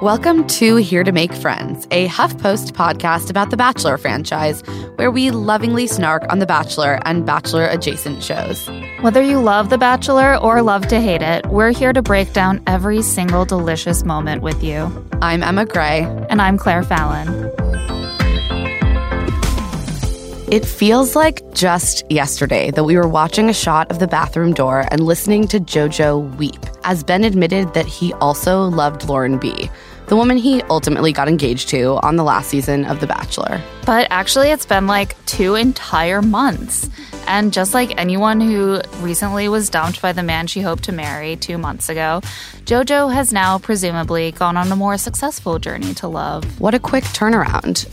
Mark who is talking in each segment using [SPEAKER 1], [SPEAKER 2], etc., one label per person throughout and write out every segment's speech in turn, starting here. [SPEAKER 1] Welcome to Here to Make Friends, a HuffPost podcast about the Bachelor franchise, where we lovingly snark on The Bachelor and Bachelor adjacent shows.
[SPEAKER 2] Whether you love The Bachelor or love to hate it, we're here to break down every single delicious moment with you.
[SPEAKER 1] I'm Emma Gray.
[SPEAKER 2] And I'm Claire Fallon.
[SPEAKER 1] It feels like just yesterday that we were watching a shot of the bathroom door and listening to JoJo weep, as Ben admitted that he also loved Lauren B., the woman he ultimately got engaged to on the last season of The Bachelor.
[SPEAKER 2] But actually, it's been like two entire months. And just like anyone who recently was dumped by the man she hoped to marry two months ago, JoJo has now presumably gone on a more successful journey to love.
[SPEAKER 1] What a quick turnaround.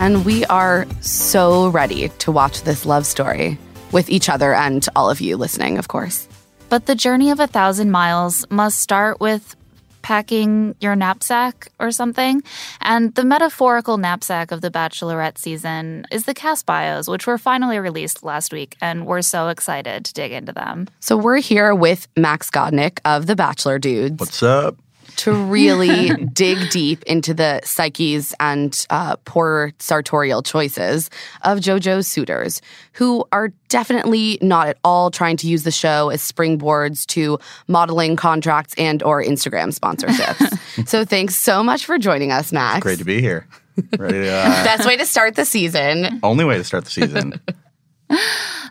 [SPEAKER 1] And we are so ready to watch this love story with each other and all of you listening, of course.
[SPEAKER 2] But the journey of a thousand miles must start with packing your knapsack or something. And the metaphorical knapsack of the Bachelorette season is the cast bios, which were finally released last week, and we're so excited to dig into them.
[SPEAKER 1] So we're here with Max Godnick of The Bachelor Dudes.
[SPEAKER 3] What's up?
[SPEAKER 1] to really dig deep into the psyches and uh, poor sartorial choices of JoJo's suitors, who are definitely not at all trying to use the show as springboards to modeling contracts and or Instagram sponsorships. so thanks so much for joining us, Max.
[SPEAKER 3] Great to be here. Ready to, uh,
[SPEAKER 1] Best way to start the season.
[SPEAKER 3] only way to start the season.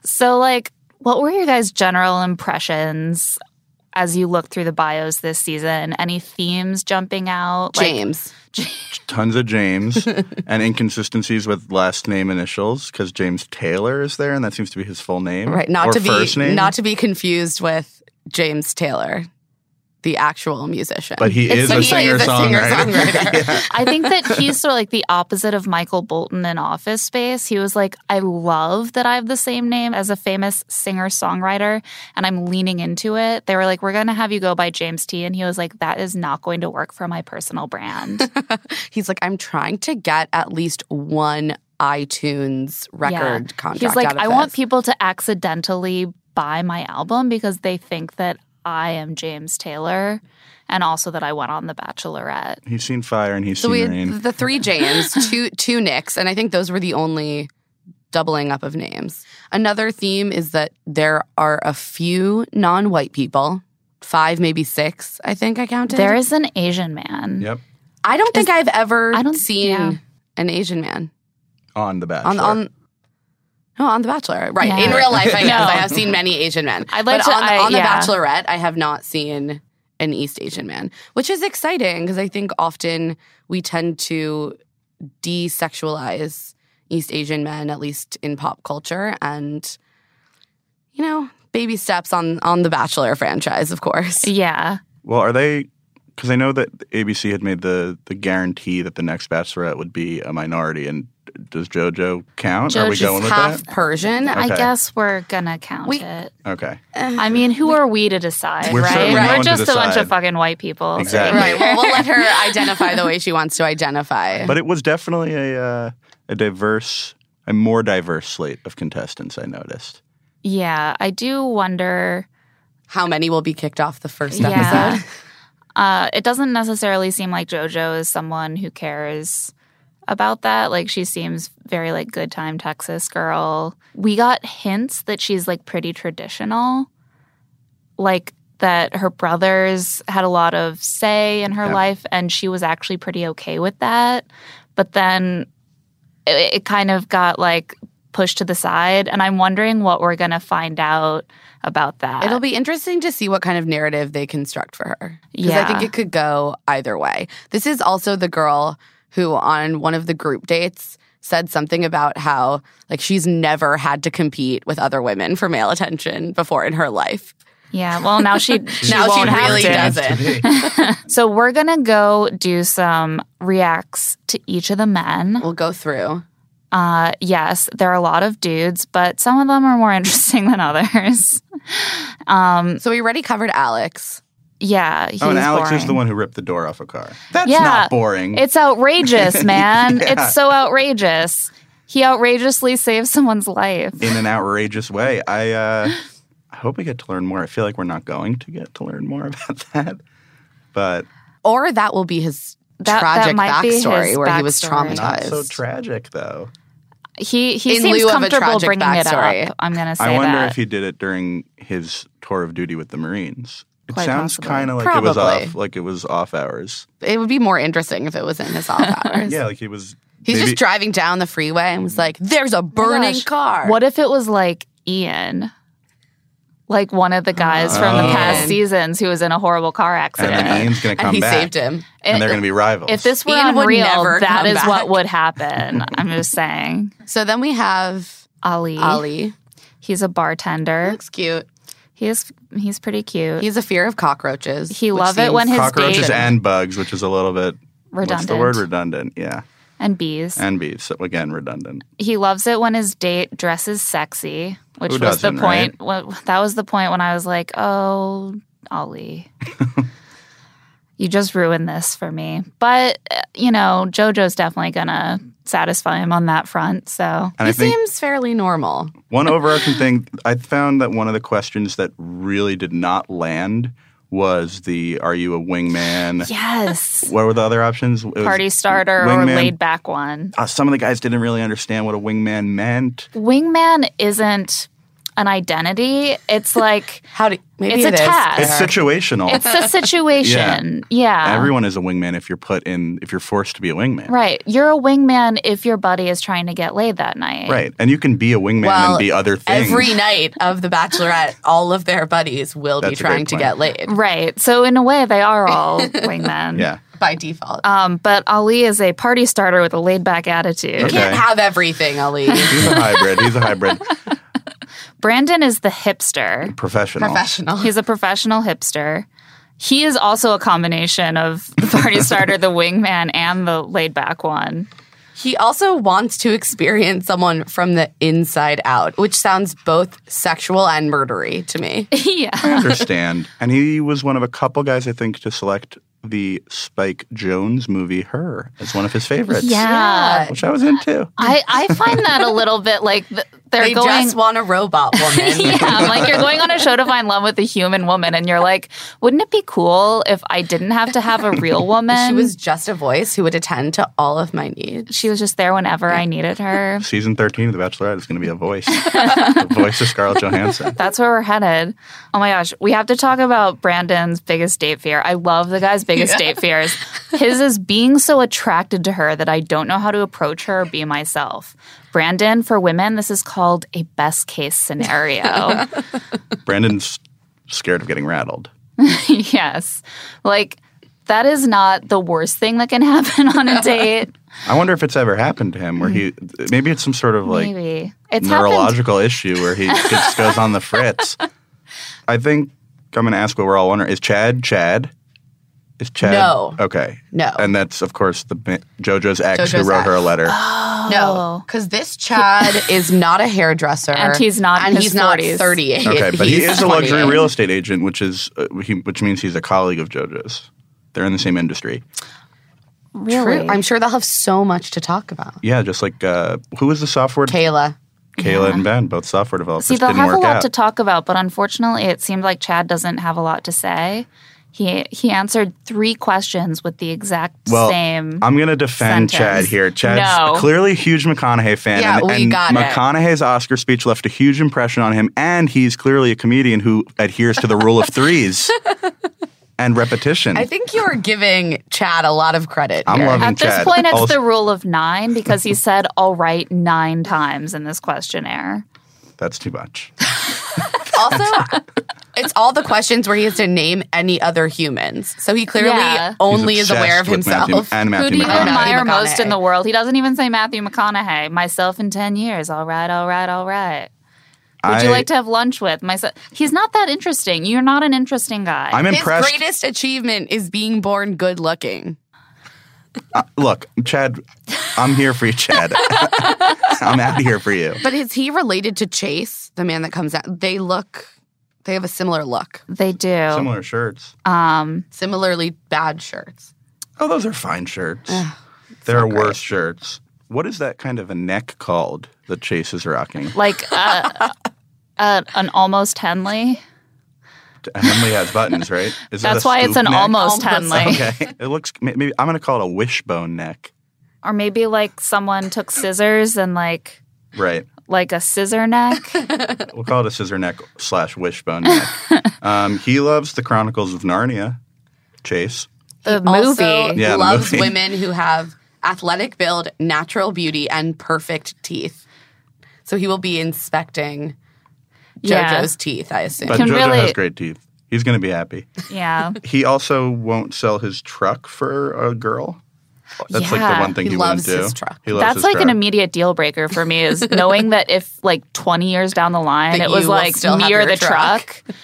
[SPEAKER 2] So, like, what were your guys' general impressions as you look through the bios this season? Any themes jumping out?
[SPEAKER 1] James.
[SPEAKER 3] Tons of James and inconsistencies with last name initials because James Taylor is there, and that seems to be his full name.
[SPEAKER 1] right. Not
[SPEAKER 3] or
[SPEAKER 1] to be
[SPEAKER 3] first name,
[SPEAKER 1] not to be confused with James Taylor, the actual musician.
[SPEAKER 3] But he is
[SPEAKER 1] but
[SPEAKER 3] a
[SPEAKER 1] he is a
[SPEAKER 3] singer-songwriter.
[SPEAKER 1] singer-songwriter.
[SPEAKER 2] I think that he's sort of like the opposite of Michael Bolton in Office Space. He was like, I love that I have the same name as a famous singer songwriter, and I'm leaning into it. They were like, We're going to have you go by James T. And he was like, That is not going to work for my personal brand.
[SPEAKER 1] He's like, I'm trying to get at least one iTunes record contract.
[SPEAKER 2] He's like,
[SPEAKER 1] out of
[SPEAKER 2] I want
[SPEAKER 1] this."
[SPEAKER 2] people to accidentally buy my album because they think that I am James Taylor and also that I went on The Bachelorette.
[SPEAKER 3] He's seen fire and he's
[SPEAKER 1] So we
[SPEAKER 3] seen
[SPEAKER 1] had
[SPEAKER 3] rain.
[SPEAKER 1] the three James, two two Nicks, and I think those were the only doubling up of names. Another theme is that there are a few non-white people, five maybe six. I think I counted.
[SPEAKER 2] There is an Asian man.
[SPEAKER 3] Yep,
[SPEAKER 1] I don't think I've ever
[SPEAKER 2] I don't-
[SPEAKER 1] seen
[SPEAKER 2] yeah.
[SPEAKER 1] an Asian man
[SPEAKER 3] on the bachelor.
[SPEAKER 1] on on. No, on The Bachelor, right?
[SPEAKER 2] Yeah.
[SPEAKER 1] In real life, I
[SPEAKER 2] No.
[SPEAKER 1] guess I have seen many Asian men.
[SPEAKER 2] I'd like
[SPEAKER 1] but
[SPEAKER 2] to-
[SPEAKER 1] on,
[SPEAKER 2] I-
[SPEAKER 1] on The
[SPEAKER 2] yeah.
[SPEAKER 1] Bachelorette, I have not seen an East Asian man, which is exciting because I think often we tend to desexualize East Asian men, at least in pop culture, and you know, baby steps on on the Bachelor franchise, of course.
[SPEAKER 2] Yeah.
[SPEAKER 3] well, are they? Because I know that ABC had made the the guarantee that the next Bachelorette would be a minority, and does JoJo count? are we
[SPEAKER 2] JoJo's
[SPEAKER 3] going with
[SPEAKER 1] Half Persian,
[SPEAKER 2] I
[SPEAKER 3] Okay.
[SPEAKER 2] guess we're gonna count
[SPEAKER 1] We-
[SPEAKER 2] it.
[SPEAKER 3] that? Okay,
[SPEAKER 2] I mean, who are we to decide,
[SPEAKER 3] We're
[SPEAKER 2] right?
[SPEAKER 3] certainly
[SPEAKER 1] no
[SPEAKER 2] We're
[SPEAKER 3] one to
[SPEAKER 2] just a bunch of
[SPEAKER 3] decide.
[SPEAKER 2] fucking white people.
[SPEAKER 3] Exactly.
[SPEAKER 1] right? Well, we'll let her identify the way she wants to identify.
[SPEAKER 3] but it was definitely a uh, a diverse, a more diverse slate of contestants. I noticed.
[SPEAKER 2] Yeah, I do wonder.
[SPEAKER 1] How many will be kicked off the first
[SPEAKER 2] Yeah.
[SPEAKER 1] episode?
[SPEAKER 2] Uh, it doesn't necessarily seem like JoJo is someone who cares about that. Like she seems very like good time Texas girl. We got hints that she's like pretty traditional. Like that her brothers had a lot of say in her
[SPEAKER 3] Yeah.
[SPEAKER 2] life, and she was actually pretty okay with that. But then it, it kind of got like pushed to the side, and I'm wondering what we're gonna find out about that.
[SPEAKER 1] It'll be interesting to see what kind of narrative they construct for her. Because I think
[SPEAKER 2] Yeah.
[SPEAKER 1] it could go either way. This is also the girl who, on one of the group dates, said something about how like she's never had to compete with other women for male attention before in her life.
[SPEAKER 2] yeah. Well, now she, she
[SPEAKER 1] now she
[SPEAKER 2] won't have
[SPEAKER 1] really
[SPEAKER 2] to.
[SPEAKER 1] doesn't.
[SPEAKER 2] So we're gonna go do some reacts to each of the men.
[SPEAKER 1] we'll go through.
[SPEAKER 2] Uh, yes, there are a lot of dudes, but some of them are more interesting than others. Mm.
[SPEAKER 1] So we already covered Alex.
[SPEAKER 2] Yeah, he's
[SPEAKER 3] Oh, and Alex
[SPEAKER 2] boring.
[SPEAKER 3] is the one who ripped the door off a car. That's
[SPEAKER 2] Yeah.
[SPEAKER 3] not boring.
[SPEAKER 2] It's outrageous, man.
[SPEAKER 3] Yeah.
[SPEAKER 2] It's so outrageous. He outrageously saves someone's life.
[SPEAKER 3] in an outrageous way. I uh, I hope we get to learn more. I feel like we're not going to get to learn more about that, but
[SPEAKER 1] Or that will be his
[SPEAKER 2] That- that
[SPEAKER 1] tragic
[SPEAKER 2] might be his
[SPEAKER 1] backstory where he was
[SPEAKER 2] backstory.
[SPEAKER 3] not
[SPEAKER 1] traumatized.
[SPEAKER 3] so tragic though.
[SPEAKER 2] He he
[SPEAKER 1] In
[SPEAKER 2] seems
[SPEAKER 1] lieu of a
[SPEAKER 2] comfortable
[SPEAKER 1] tragic
[SPEAKER 2] bringing it
[SPEAKER 1] backstory.
[SPEAKER 2] up. I'm gonna say
[SPEAKER 3] I wonder
[SPEAKER 2] that.
[SPEAKER 3] if he did it during his tour of duty with the Marines. It
[SPEAKER 2] Quite
[SPEAKER 3] sounds
[SPEAKER 2] possibly.
[SPEAKER 3] kind of like it was
[SPEAKER 1] Probably.
[SPEAKER 3] off, like it was off hours.
[SPEAKER 1] it would be more interesting if it was in his off hours.
[SPEAKER 3] Yeah, like he was.
[SPEAKER 1] He's
[SPEAKER 3] maybe-
[SPEAKER 1] just driving down the freeway and was like, "There's a burning
[SPEAKER 2] Oh gosh.
[SPEAKER 1] car."
[SPEAKER 2] what if it was like Ian? Like one of the guys from the past
[SPEAKER 1] Oh.
[SPEAKER 2] seasons who was in a horrible car
[SPEAKER 3] and
[SPEAKER 2] accident.
[SPEAKER 3] then Ian's gonna come
[SPEAKER 1] and he
[SPEAKER 3] back,
[SPEAKER 1] saved him.
[SPEAKER 3] and they're gonna be rivals.
[SPEAKER 2] If this were
[SPEAKER 1] Ian would
[SPEAKER 2] unreal,
[SPEAKER 1] never
[SPEAKER 2] that
[SPEAKER 1] come
[SPEAKER 2] is what
[SPEAKER 1] back.
[SPEAKER 2] would happen. I'm just saying.
[SPEAKER 1] So then we have
[SPEAKER 2] Ali.
[SPEAKER 1] Ali.
[SPEAKER 2] He's a bartender.
[SPEAKER 1] Looks cute.
[SPEAKER 2] He is he's pretty cute.
[SPEAKER 1] He has a fear of cockroaches.
[SPEAKER 2] He
[SPEAKER 1] which
[SPEAKER 2] love it
[SPEAKER 1] seems-
[SPEAKER 2] when his
[SPEAKER 3] cockroaches
[SPEAKER 2] date
[SPEAKER 3] and bugs, which is a little bit What's
[SPEAKER 2] redundant
[SPEAKER 3] the word redundant? Yeah,
[SPEAKER 2] and bees.
[SPEAKER 3] and bees. So again, redundant.
[SPEAKER 2] he loves it when his date dresses sexy, which
[SPEAKER 3] Who
[SPEAKER 2] was the
[SPEAKER 3] doesn't,
[SPEAKER 2] point. Well, that was the point when I was like, "Oh, Ollie, you just ruined this for me." But uh, you know, JoJo's definitely gonna satisfy him on that front. So
[SPEAKER 3] And
[SPEAKER 1] he
[SPEAKER 3] I think
[SPEAKER 1] seems fairly normal.
[SPEAKER 3] One overarching thing I found that one of the questions that really did not land was the "Are you a wingman?"
[SPEAKER 2] yes,
[SPEAKER 3] What were the other options? It was
[SPEAKER 2] party starter or
[SPEAKER 3] wingman.
[SPEAKER 2] laid back one.
[SPEAKER 3] Uh, some of the guys didn't really understand what a wingman meant.
[SPEAKER 2] Wingman isn't an identity. It's like
[SPEAKER 1] How do maybe
[SPEAKER 2] It's a
[SPEAKER 1] it is.
[SPEAKER 2] task.
[SPEAKER 3] It's situational.
[SPEAKER 2] it's a situation. yeah.
[SPEAKER 3] Everyone is a wingman if you're put in if you're forced to be a wingman.
[SPEAKER 2] Right. You're a wingman if your buddy is trying to get laid that night.
[SPEAKER 3] Right. And you can be a wingman
[SPEAKER 1] Well,
[SPEAKER 3] and be other things.
[SPEAKER 1] Every night of The Bachelorette, all of their buddies will be
[SPEAKER 3] That's a great
[SPEAKER 1] trying to
[SPEAKER 3] point.
[SPEAKER 1] get laid
[SPEAKER 2] Right. So in a way they are all wingmen.
[SPEAKER 3] yeah.
[SPEAKER 1] by default.
[SPEAKER 2] Um, but Ali is a party starter with a laid back attitude.
[SPEAKER 1] you can't
[SPEAKER 3] okay.
[SPEAKER 1] have everything, Ali.
[SPEAKER 3] He's a hybrid. He's a hybrid
[SPEAKER 2] Brandon is the hipster.
[SPEAKER 3] professional.
[SPEAKER 1] Professional.
[SPEAKER 2] He's a professional hipster. He is also a combination of the party starter, the wingman, and the laid back one.
[SPEAKER 1] He also wants to experience someone from the inside out, which sounds both sexual and murdery to me.
[SPEAKER 2] yeah.
[SPEAKER 3] I
[SPEAKER 1] Oh,
[SPEAKER 3] understand. and he was one of a couple guys, I think, to select the Spike Jones movie Her as one of his favorites.
[SPEAKER 1] Uh,
[SPEAKER 2] Yeah.
[SPEAKER 3] Which I was into.
[SPEAKER 2] I, I find that a little bit like th- they're
[SPEAKER 1] They
[SPEAKER 2] going
[SPEAKER 1] just want a robot woman.
[SPEAKER 2] yeah, I'm like you're going on a show to find love with a human woman, and you're like, wouldn't it be cool if I didn't have to have a real woman?
[SPEAKER 1] She was just a voice who would attend to all of my needs.
[SPEAKER 2] she was just there whenever I needed her.
[SPEAKER 3] Season 13 of The Bachelorette is going to be a voice. the voice of Scarlett Johansson.
[SPEAKER 2] That's where we're headed. Oh my gosh, we have to talk about Brandon's biggest date fear. I love the guy's biggest date fears. His is being so attracted to her that I don't know how to approach her or be myself. Brandon, for women, this is called a best case scenario.
[SPEAKER 3] Brandon's scared of getting rattled.
[SPEAKER 2] yes. Like, that is not the worst thing that can happen on a date.
[SPEAKER 3] I wonder if it's ever happened to him where he, maybe it's some sort of like
[SPEAKER 2] Hmm. Maybe it's happened.
[SPEAKER 3] neurological issue where he just goes on the fritz. I think I'm going to ask what we're all wondering. Is Chad Chad? Is Chad?
[SPEAKER 1] No.
[SPEAKER 3] Okay.
[SPEAKER 1] No.
[SPEAKER 3] And that's, of course, the ma- JoJo's ex who
[SPEAKER 1] JoJo's
[SPEAKER 3] wrote her a
[SPEAKER 1] ex.
[SPEAKER 3] letter.
[SPEAKER 1] No, because this Chad is not a hairdresser,
[SPEAKER 2] Oh. And he's not in
[SPEAKER 1] and
[SPEAKER 2] his
[SPEAKER 1] he's not
[SPEAKER 2] 40s.
[SPEAKER 1] thirty-eight.
[SPEAKER 3] Okay, but he
[SPEAKER 1] He's
[SPEAKER 3] is a luxury
[SPEAKER 1] 28.
[SPEAKER 3] real estate agent, which is uh, he, which means he's a colleague of JoJo's. They're in the same industry.
[SPEAKER 2] Really?
[SPEAKER 1] I'm sure they'll have so much to talk about.
[SPEAKER 3] Yeah, just like uh, who was the software?
[SPEAKER 1] Kayla,
[SPEAKER 3] Kayla and Ben, both software developers,
[SPEAKER 2] See, they'll
[SPEAKER 3] didn't
[SPEAKER 2] have a
[SPEAKER 3] work
[SPEAKER 2] lot
[SPEAKER 3] out.
[SPEAKER 2] to talk about, but unfortunately, it seemed like Chad doesn't have a lot to say. He he answered three questions with the exact
[SPEAKER 3] Well,
[SPEAKER 2] same.
[SPEAKER 3] I'm going to
[SPEAKER 2] sentence.
[SPEAKER 3] defend Chad here. Chad's
[SPEAKER 2] No.
[SPEAKER 3] clearly a huge McConaughey fan.
[SPEAKER 1] Yeah,
[SPEAKER 3] and,
[SPEAKER 1] we
[SPEAKER 3] and
[SPEAKER 1] got it.
[SPEAKER 3] McConaughey's Oscar speech left a huge impression on him, and he's clearly a comedian who adheres to the rule of threes and repetition.
[SPEAKER 1] I think you are giving Chad a lot of credit.
[SPEAKER 3] I'm
[SPEAKER 1] here.
[SPEAKER 3] loving
[SPEAKER 2] At this
[SPEAKER 3] Chad.
[SPEAKER 2] point, it's
[SPEAKER 3] Also-
[SPEAKER 2] the rule of nine because he said "all right" nine times in this questionnaire.
[SPEAKER 3] That's too much.
[SPEAKER 1] Also, it's all the questions where he has to name any other humans. So he clearly
[SPEAKER 2] Yeah. He's
[SPEAKER 1] only
[SPEAKER 3] He's
[SPEAKER 1] is aware of himself.
[SPEAKER 3] obsessed with Matthew, and Matthew
[SPEAKER 2] Who do you
[SPEAKER 3] McConaughey.
[SPEAKER 1] McConaughey.
[SPEAKER 2] admire most in
[SPEAKER 1] McConaughey.
[SPEAKER 2] the world? He doesn't even say Matthew McConaughey. Myself in ten years. All right, all right, all right. Would you
[SPEAKER 3] I-
[SPEAKER 2] like to have lunch with myself? He's not that interesting. You're not an interesting guy.
[SPEAKER 3] I'm
[SPEAKER 1] His
[SPEAKER 3] impressed.
[SPEAKER 1] greatest achievement is being born good looking.
[SPEAKER 3] Look, Chad, I'm here for you, Chad. I'm out here for you.
[SPEAKER 1] But is he related to Chase, the man that comes out? They look, they have a similar look,
[SPEAKER 2] they do.
[SPEAKER 3] Similar shirts.
[SPEAKER 2] Um,
[SPEAKER 1] similarly bad shirts.
[SPEAKER 3] Oh, those are fine shirts. They're worse shirts. What is that kind of a neck called that Chase is rocking?
[SPEAKER 2] like uh, uh, an almost Henley.
[SPEAKER 3] And Henley has buttons, right? Is that
[SPEAKER 2] That's
[SPEAKER 3] a
[SPEAKER 2] why it's
[SPEAKER 3] scoop
[SPEAKER 2] an
[SPEAKER 3] neck?
[SPEAKER 2] almost,
[SPEAKER 1] Almost.
[SPEAKER 2] Henley.
[SPEAKER 3] Okay, it looks. may- Maybe I'm gonna call it a wishbone neck,
[SPEAKER 2] Or maybe like someone took scissors and like
[SPEAKER 3] right?
[SPEAKER 2] like a scissor neck.
[SPEAKER 3] We'll call it a scissor neck slash wishbone neck. um, he loves the Chronicles of Narnia. Chase.
[SPEAKER 2] The
[SPEAKER 1] He
[SPEAKER 2] movie.
[SPEAKER 1] also
[SPEAKER 3] Yeah, the
[SPEAKER 1] loves
[SPEAKER 3] movie.
[SPEAKER 1] women who have athletic build, natural beauty, and perfect teeth. So he will be inspecting JoJo's
[SPEAKER 2] Yeah.
[SPEAKER 1] teeth, I assume.
[SPEAKER 3] But
[SPEAKER 2] Can
[SPEAKER 3] Jojo
[SPEAKER 2] really-
[SPEAKER 3] has great teeth. He's gonna be happy.
[SPEAKER 2] Yeah.
[SPEAKER 3] He also won't sell his truck for a girl. That's like the
[SPEAKER 2] Yeah,
[SPEAKER 3] one thing
[SPEAKER 1] he
[SPEAKER 3] he, wouldn't
[SPEAKER 1] loves
[SPEAKER 3] do.
[SPEAKER 1] his truck.
[SPEAKER 3] He loves
[SPEAKER 2] That's
[SPEAKER 3] his
[SPEAKER 2] like an
[SPEAKER 3] truck.
[SPEAKER 2] immediate deal breaker for me is knowing that if like 20 years down the line
[SPEAKER 1] That
[SPEAKER 2] it was
[SPEAKER 1] you will
[SPEAKER 2] like
[SPEAKER 1] still have
[SPEAKER 2] me or
[SPEAKER 1] your
[SPEAKER 2] the
[SPEAKER 1] truck.
[SPEAKER 2] truck.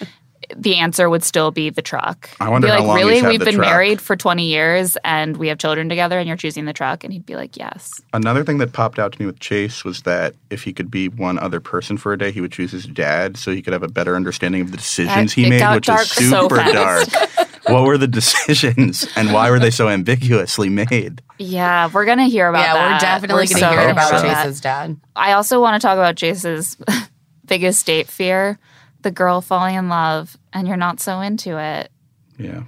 [SPEAKER 2] the answer would still be the truck.
[SPEAKER 3] I wonder
[SPEAKER 2] Be
[SPEAKER 3] how
[SPEAKER 2] like,
[SPEAKER 3] long
[SPEAKER 2] really?
[SPEAKER 3] he's had
[SPEAKER 2] We've
[SPEAKER 3] the
[SPEAKER 2] been
[SPEAKER 3] truck."
[SPEAKER 2] married for 20 years and we have children together and you're choosing the truck? And he'd be like, yes.
[SPEAKER 3] Another thing that popped out to me with Chase was that if he could be one other person for a day, he would choose his dad so he could have a better understanding of the decisions
[SPEAKER 2] That-
[SPEAKER 3] he
[SPEAKER 2] it
[SPEAKER 3] made,
[SPEAKER 2] got
[SPEAKER 3] which
[SPEAKER 2] dark
[SPEAKER 3] is
[SPEAKER 2] so
[SPEAKER 3] super
[SPEAKER 2] fast.
[SPEAKER 3] dark. what were the decisions and why were they so ambiguously made?
[SPEAKER 2] Yeah, we're going to hear about
[SPEAKER 1] yeah,
[SPEAKER 2] that.
[SPEAKER 1] we're definitely going to
[SPEAKER 2] so
[SPEAKER 1] hear about
[SPEAKER 3] gonna
[SPEAKER 2] that.
[SPEAKER 1] Chase's dad.
[SPEAKER 2] I also want to talk about Jace's biggest date fear the girl falling in love and you're not so into it.
[SPEAKER 3] Yeah.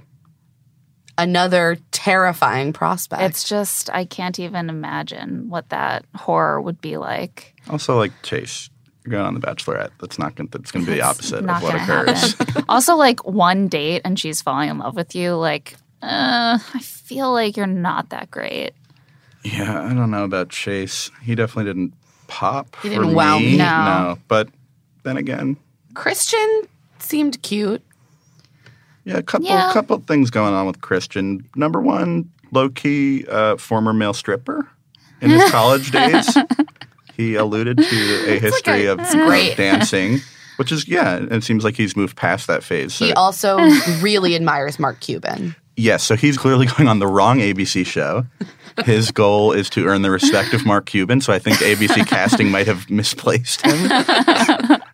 [SPEAKER 1] Another terrifying prospect.
[SPEAKER 2] It's just, I can't even imagine what that horror would be like.
[SPEAKER 3] Also, like Chase, you're going on The Bachelorette. That's not going. That's going to be the opposite
[SPEAKER 2] Not
[SPEAKER 3] of what
[SPEAKER 2] gonna
[SPEAKER 3] occurs.
[SPEAKER 2] happen. also, like one date and she's falling in love with you. Like, uh, I feel like you're not that great.
[SPEAKER 3] yeah, I don't know about Chase. He definitely didn't pop. He
[SPEAKER 1] didn't wow
[SPEAKER 3] me.
[SPEAKER 1] me.
[SPEAKER 3] No.
[SPEAKER 2] No.
[SPEAKER 3] but then again,
[SPEAKER 1] Christian seemed cute.
[SPEAKER 3] Yeah, a couple
[SPEAKER 2] Yeah.
[SPEAKER 3] couple things going on with Christian. Number one, low key uh, former male stripper in his college days. He alluded to a history of,
[SPEAKER 1] great.
[SPEAKER 3] of dancing, which is yeah. It seems like he's moved past that phase. So,
[SPEAKER 1] He also really admires Mark Cuban.
[SPEAKER 3] yes, so he's clearly going on the wrong ABC show. His goal is to earn the respect of Mark Cuban. So I think ABC casting might have misplaced him.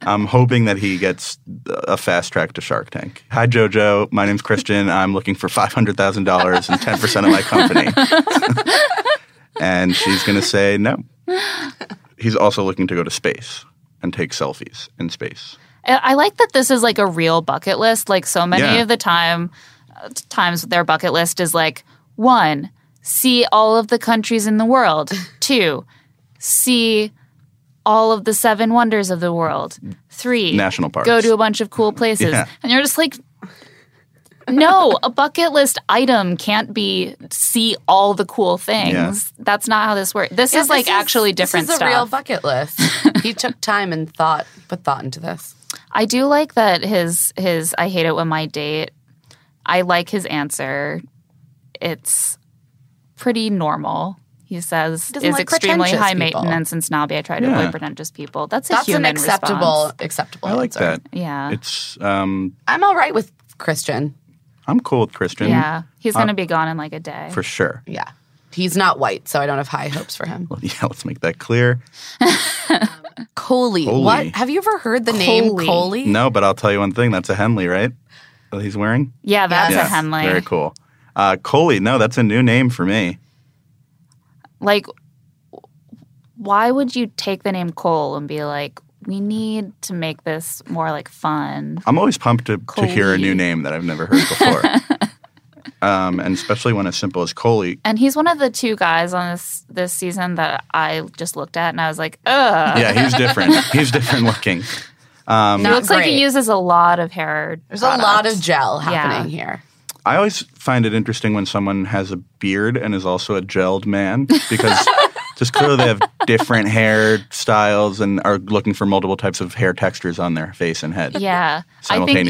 [SPEAKER 3] I'm hoping that he gets a fast track to Shark Tank. Hi, JoJo. My name's Christian. I'm looking for $500,000 and 10% of my company. and she's going to say no. He's also looking to go to space and take selfies in space.
[SPEAKER 2] I I like that this is like a real bucket list. Like so many
[SPEAKER 3] Yeah.
[SPEAKER 2] of the time, uh, times their bucket list is like one, see all of the countries in the world. Two, see all of the seven wonders of the world. Three,
[SPEAKER 3] National
[SPEAKER 2] Go
[SPEAKER 3] parks.
[SPEAKER 2] to a bunch of cool places,
[SPEAKER 3] Yeah.
[SPEAKER 2] and you're just like. no, a bucket list item can't be see all the cool things. That's not how this works. This is like actually different
[SPEAKER 1] This is
[SPEAKER 2] stuff.
[SPEAKER 1] a real bucket list. he took time and thought, put thought into this.
[SPEAKER 2] I do like that his his I hate it when my date. I like his answer. It's pretty normal. He says
[SPEAKER 1] Doesn't
[SPEAKER 2] is
[SPEAKER 1] like
[SPEAKER 2] extremely
[SPEAKER 1] pretentious
[SPEAKER 2] high
[SPEAKER 1] people.
[SPEAKER 2] maintenance and snobby. I try to
[SPEAKER 3] Yeah.
[SPEAKER 2] avoid pretentious people. That's a
[SPEAKER 1] That's an
[SPEAKER 2] human
[SPEAKER 1] acceptable,
[SPEAKER 2] response.
[SPEAKER 1] acceptable.
[SPEAKER 3] I like
[SPEAKER 1] answer.
[SPEAKER 3] that.
[SPEAKER 2] Yeah.
[SPEAKER 3] It's um,
[SPEAKER 1] I'm all right with Christian.
[SPEAKER 3] I'm cool with Christian
[SPEAKER 2] Yeah, he's gonna be gone in like a day.
[SPEAKER 3] Uh, for sure.
[SPEAKER 1] Yeah, he's not white, so I don't have high hopes for him.
[SPEAKER 3] Yeah, let's make that clear.
[SPEAKER 1] Coley,
[SPEAKER 3] Coley.
[SPEAKER 1] what have you ever heard the name
[SPEAKER 2] Coley.
[SPEAKER 1] Coley?
[SPEAKER 3] No, but I'll tell you one thing. That's a Henley, right? That he's wearing.
[SPEAKER 2] yeah, that's
[SPEAKER 1] Yes.
[SPEAKER 2] a Henley.
[SPEAKER 3] Very cool. Uh, Coley. No, that's a new name for me.
[SPEAKER 2] Like, why would you take the name Cole and be like, we need to make this more like fun?
[SPEAKER 3] I'm always pumped to, to hear a
[SPEAKER 2] Coley.
[SPEAKER 3] new name that I've never heard before. um, and especially one as simple as Coley.
[SPEAKER 2] And he's one of the two guys on this this season that I just looked at and I was like, ugh.
[SPEAKER 3] Yeah, he's different. he's different looking.
[SPEAKER 2] He
[SPEAKER 4] Not
[SPEAKER 2] looks like
[SPEAKER 4] great.
[SPEAKER 2] he uses a lot of hair.
[SPEAKER 4] There's
[SPEAKER 2] products.
[SPEAKER 4] a lot of
[SPEAKER 1] gel happening here.
[SPEAKER 3] I always find it interesting when someone has a beard and is also a gelled man because just clearly they have different hair styles and are looking for multiple types of hair textures on their face and head.
[SPEAKER 2] Yeah, I think yeah,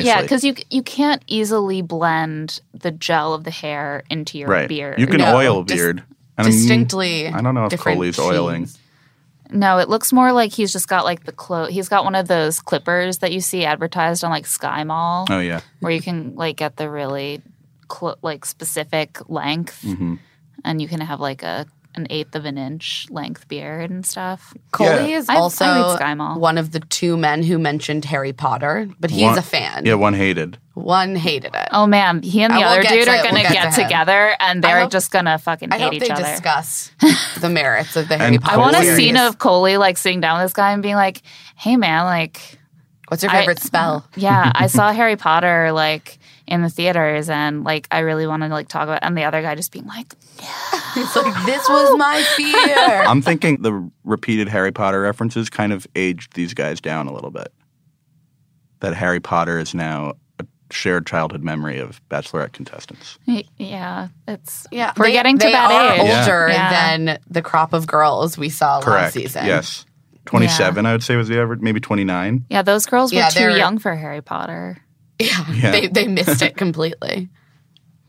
[SPEAKER 3] Simultaneously.
[SPEAKER 2] because you you can't easily blend the gel of the hair into your
[SPEAKER 3] Right.
[SPEAKER 2] beard.
[SPEAKER 3] You can
[SPEAKER 1] No,
[SPEAKER 3] oil a
[SPEAKER 1] dis-
[SPEAKER 3] beard. And I'm-
[SPEAKER 1] Distinctly.
[SPEAKER 3] I don't know if
[SPEAKER 1] different
[SPEAKER 3] Coley's oiling.
[SPEAKER 1] shades.
[SPEAKER 2] no, it looks more like he's just got like the clo. He's got one of those clippers that you see advertised on like Sky Mall,
[SPEAKER 3] Oh yeah.
[SPEAKER 2] where you can like get the really cl- like specific length,
[SPEAKER 3] Mm-hmm.
[SPEAKER 2] and you can have like a an eighth of an inch length beard and stuff.
[SPEAKER 1] Coley is
[SPEAKER 2] I- I
[SPEAKER 1] also
[SPEAKER 2] read Sky Mall.
[SPEAKER 1] one of the two men who mentioned Harry Potter, but he's
[SPEAKER 3] One-
[SPEAKER 1] a fan.
[SPEAKER 3] Yeah, one hated.
[SPEAKER 1] One hated it.
[SPEAKER 2] Oh man, he and
[SPEAKER 1] I
[SPEAKER 2] the
[SPEAKER 1] will
[SPEAKER 2] other
[SPEAKER 1] get
[SPEAKER 2] dude
[SPEAKER 1] to
[SPEAKER 2] are
[SPEAKER 1] it. We'll
[SPEAKER 2] gonna
[SPEAKER 1] get to
[SPEAKER 2] get,
[SPEAKER 1] him.
[SPEAKER 2] together, and
[SPEAKER 1] I
[SPEAKER 2] they're
[SPEAKER 1] hope-
[SPEAKER 2] just gonna fucking
[SPEAKER 1] I
[SPEAKER 2] hate
[SPEAKER 1] hope
[SPEAKER 2] each
[SPEAKER 1] they
[SPEAKER 2] other.
[SPEAKER 1] discuss the merits of the Harry
[SPEAKER 3] And
[SPEAKER 2] I
[SPEAKER 1] Potter.
[SPEAKER 2] want a
[SPEAKER 3] Hilarious.
[SPEAKER 2] scene
[SPEAKER 1] series.
[SPEAKER 2] of Coley like sitting down with this guy and being like, "Hey man, like,
[SPEAKER 1] What's your
[SPEAKER 2] I-
[SPEAKER 1] favorite spell?
[SPEAKER 2] yeah, I saw Harry Potter like in the theaters, and like I really want to like talk about." And the other guy just being like,
[SPEAKER 1] It's like this was my fear.
[SPEAKER 3] I'm thinking the repeated Harry Potter references kind of aged these guys down a little bit. That Harry Potter is now a shared childhood memory of bachelorette contestants.
[SPEAKER 2] "Y- "Yeah, it's
[SPEAKER 1] Yeah,
[SPEAKER 2] we're
[SPEAKER 1] they-
[SPEAKER 2] getting to
[SPEAKER 1] they
[SPEAKER 2] that
[SPEAKER 1] are
[SPEAKER 2] age."
[SPEAKER 3] Yeah.
[SPEAKER 1] older
[SPEAKER 2] Yeah.
[SPEAKER 1] than the crop of girls we saw last
[SPEAKER 3] Correct.
[SPEAKER 1] season.
[SPEAKER 3] Yes. 27, I would say, was the average. Maybe 29.
[SPEAKER 2] Yeah, those girls were
[SPEAKER 1] Yeah,
[SPEAKER 2] too
[SPEAKER 1] they're-
[SPEAKER 2] young for Harry Potter.
[SPEAKER 3] Yeah.
[SPEAKER 1] They, they missed it completely.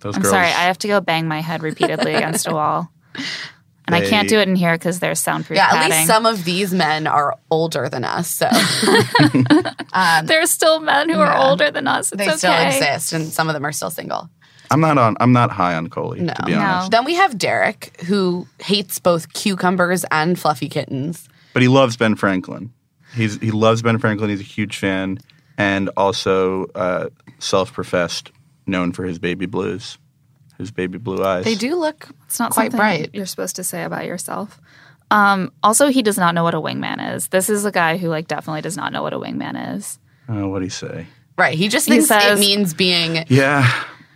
[SPEAKER 3] Those
[SPEAKER 2] I'm
[SPEAKER 3] girls.
[SPEAKER 2] sorry, I have to go bang my head repeatedly against a wall, and I can't
[SPEAKER 3] They-
[SPEAKER 2] do it in here because there's soundproof
[SPEAKER 1] Yeah, at
[SPEAKER 2] padding.
[SPEAKER 1] least some of these men are older than us, so um,
[SPEAKER 2] there's still men who are older than us. It's
[SPEAKER 1] they
[SPEAKER 2] okay.
[SPEAKER 1] still exist, and some of them are still single.
[SPEAKER 3] I'm not on. I'm not high on Coley,
[SPEAKER 1] No.
[SPEAKER 3] to be
[SPEAKER 2] No.
[SPEAKER 3] honest.
[SPEAKER 1] Then we have Derek, who hates both cucumbers and fluffy kittens.
[SPEAKER 3] But he loves Ben Franklin. He's he loves Ben Franklin. He's a huge fan, and also uh, self-professed, known for his baby blues, his baby blue eyes.
[SPEAKER 1] They do look
[SPEAKER 2] It's not
[SPEAKER 1] Quite
[SPEAKER 2] something
[SPEAKER 1] bright.
[SPEAKER 2] You're supposed to say about yourself. Um, also, he does not know what a wingman is. This is a guy who like definitely does not know what a wingman is.
[SPEAKER 3] Uh, what do you say?
[SPEAKER 1] right. He just
[SPEAKER 2] He
[SPEAKER 1] thinks it
[SPEAKER 2] says-
[SPEAKER 1] means being
[SPEAKER 3] Yeah.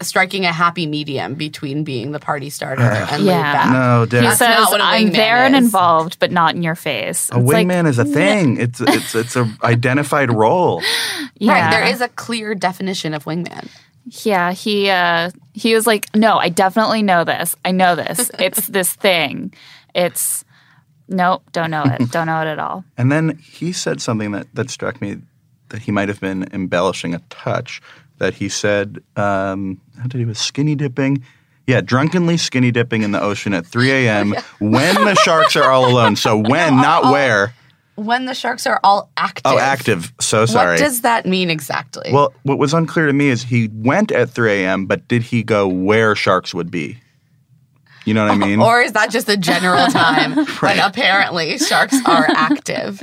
[SPEAKER 1] striking a happy medium between being the party starter and laid
[SPEAKER 2] Yeah.
[SPEAKER 1] back.
[SPEAKER 3] No,
[SPEAKER 2] He
[SPEAKER 3] Derek.
[SPEAKER 1] That's not
[SPEAKER 2] says,
[SPEAKER 1] what a
[SPEAKER 2] "I'm
[SPEAKER 1] wingman
[SPEAKER 2] there and
[SPEAKER 1] is."
[SPEAKER 2] involved, but not in your face."
[SPEAKER 3] A wingman is a thing. It's it's it's a identified role.
[SPEAKER 2] yeah.
[SPEAKER 1] Right. There is a clear definition of wingman.
[SPEAKER 2] Yeah, he uh, he was like, "No, I definitely know this. I know this. It's this thing. It's nope, don't know it. Don't know it at all."
[SPEAKER 3] And then he said something that, that struck me that he might have been embellishing a touch. That he said, um, how did he was skinny dipping? Yeah, drunkenly skinny dipping in the ocean at 3 a.m. when the sharks are all alone. So when, not where.
[SPEAKER 1] When the sharks are all active.
[SPEAKER 3] Oh, active. So sorry.
[SPEAKER 1] What does that mean exactly?
[SPEAKER 3] well, what was unclear to me is he went at 3 a.m., but did he go where sharks would be? You know what I mean?
[SPEAKER 1] Oh, or is that just the general time when apparently sharks are active?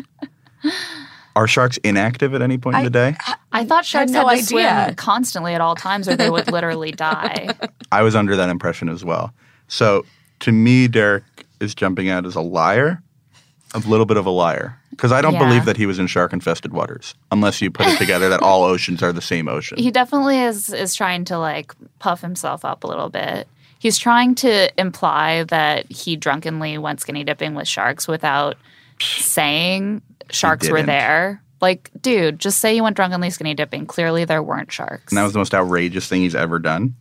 [SPEAKER 3] are sharks inactive at any point in the day?
[SPEAKER 2] I thought sharks
[SPEAKER 1] no
[SPEAKER 2] had to
[SPEAKER 1] idea.
[SPEAKER 2] swim constantly at all times, or they would literally die.
[SPEAKER 3] I was under that impression as well. So to me, Derek is jumping out as a liar, a little bit of a liar. Because I don't
[SPEAKER 2] Yeah.
[SPEAKER 3] believe that he was in shark infested waters, unless you put it together that all oceans are the same ocean.
[SPEAKER 2] he definitely is is trying to like puff himself up a little bit. He's trying to imply that he drunkenly went skinny dipping with sharks without saying sharks were
[SPEAKER 3] didn't.
[SPEAKER 2] there. Like, dude, just say you went drunkenly skinny dipping. Clearly, there weren't sharks.
[SPEAKER 3] and that was the most outrageous thing he's ever done.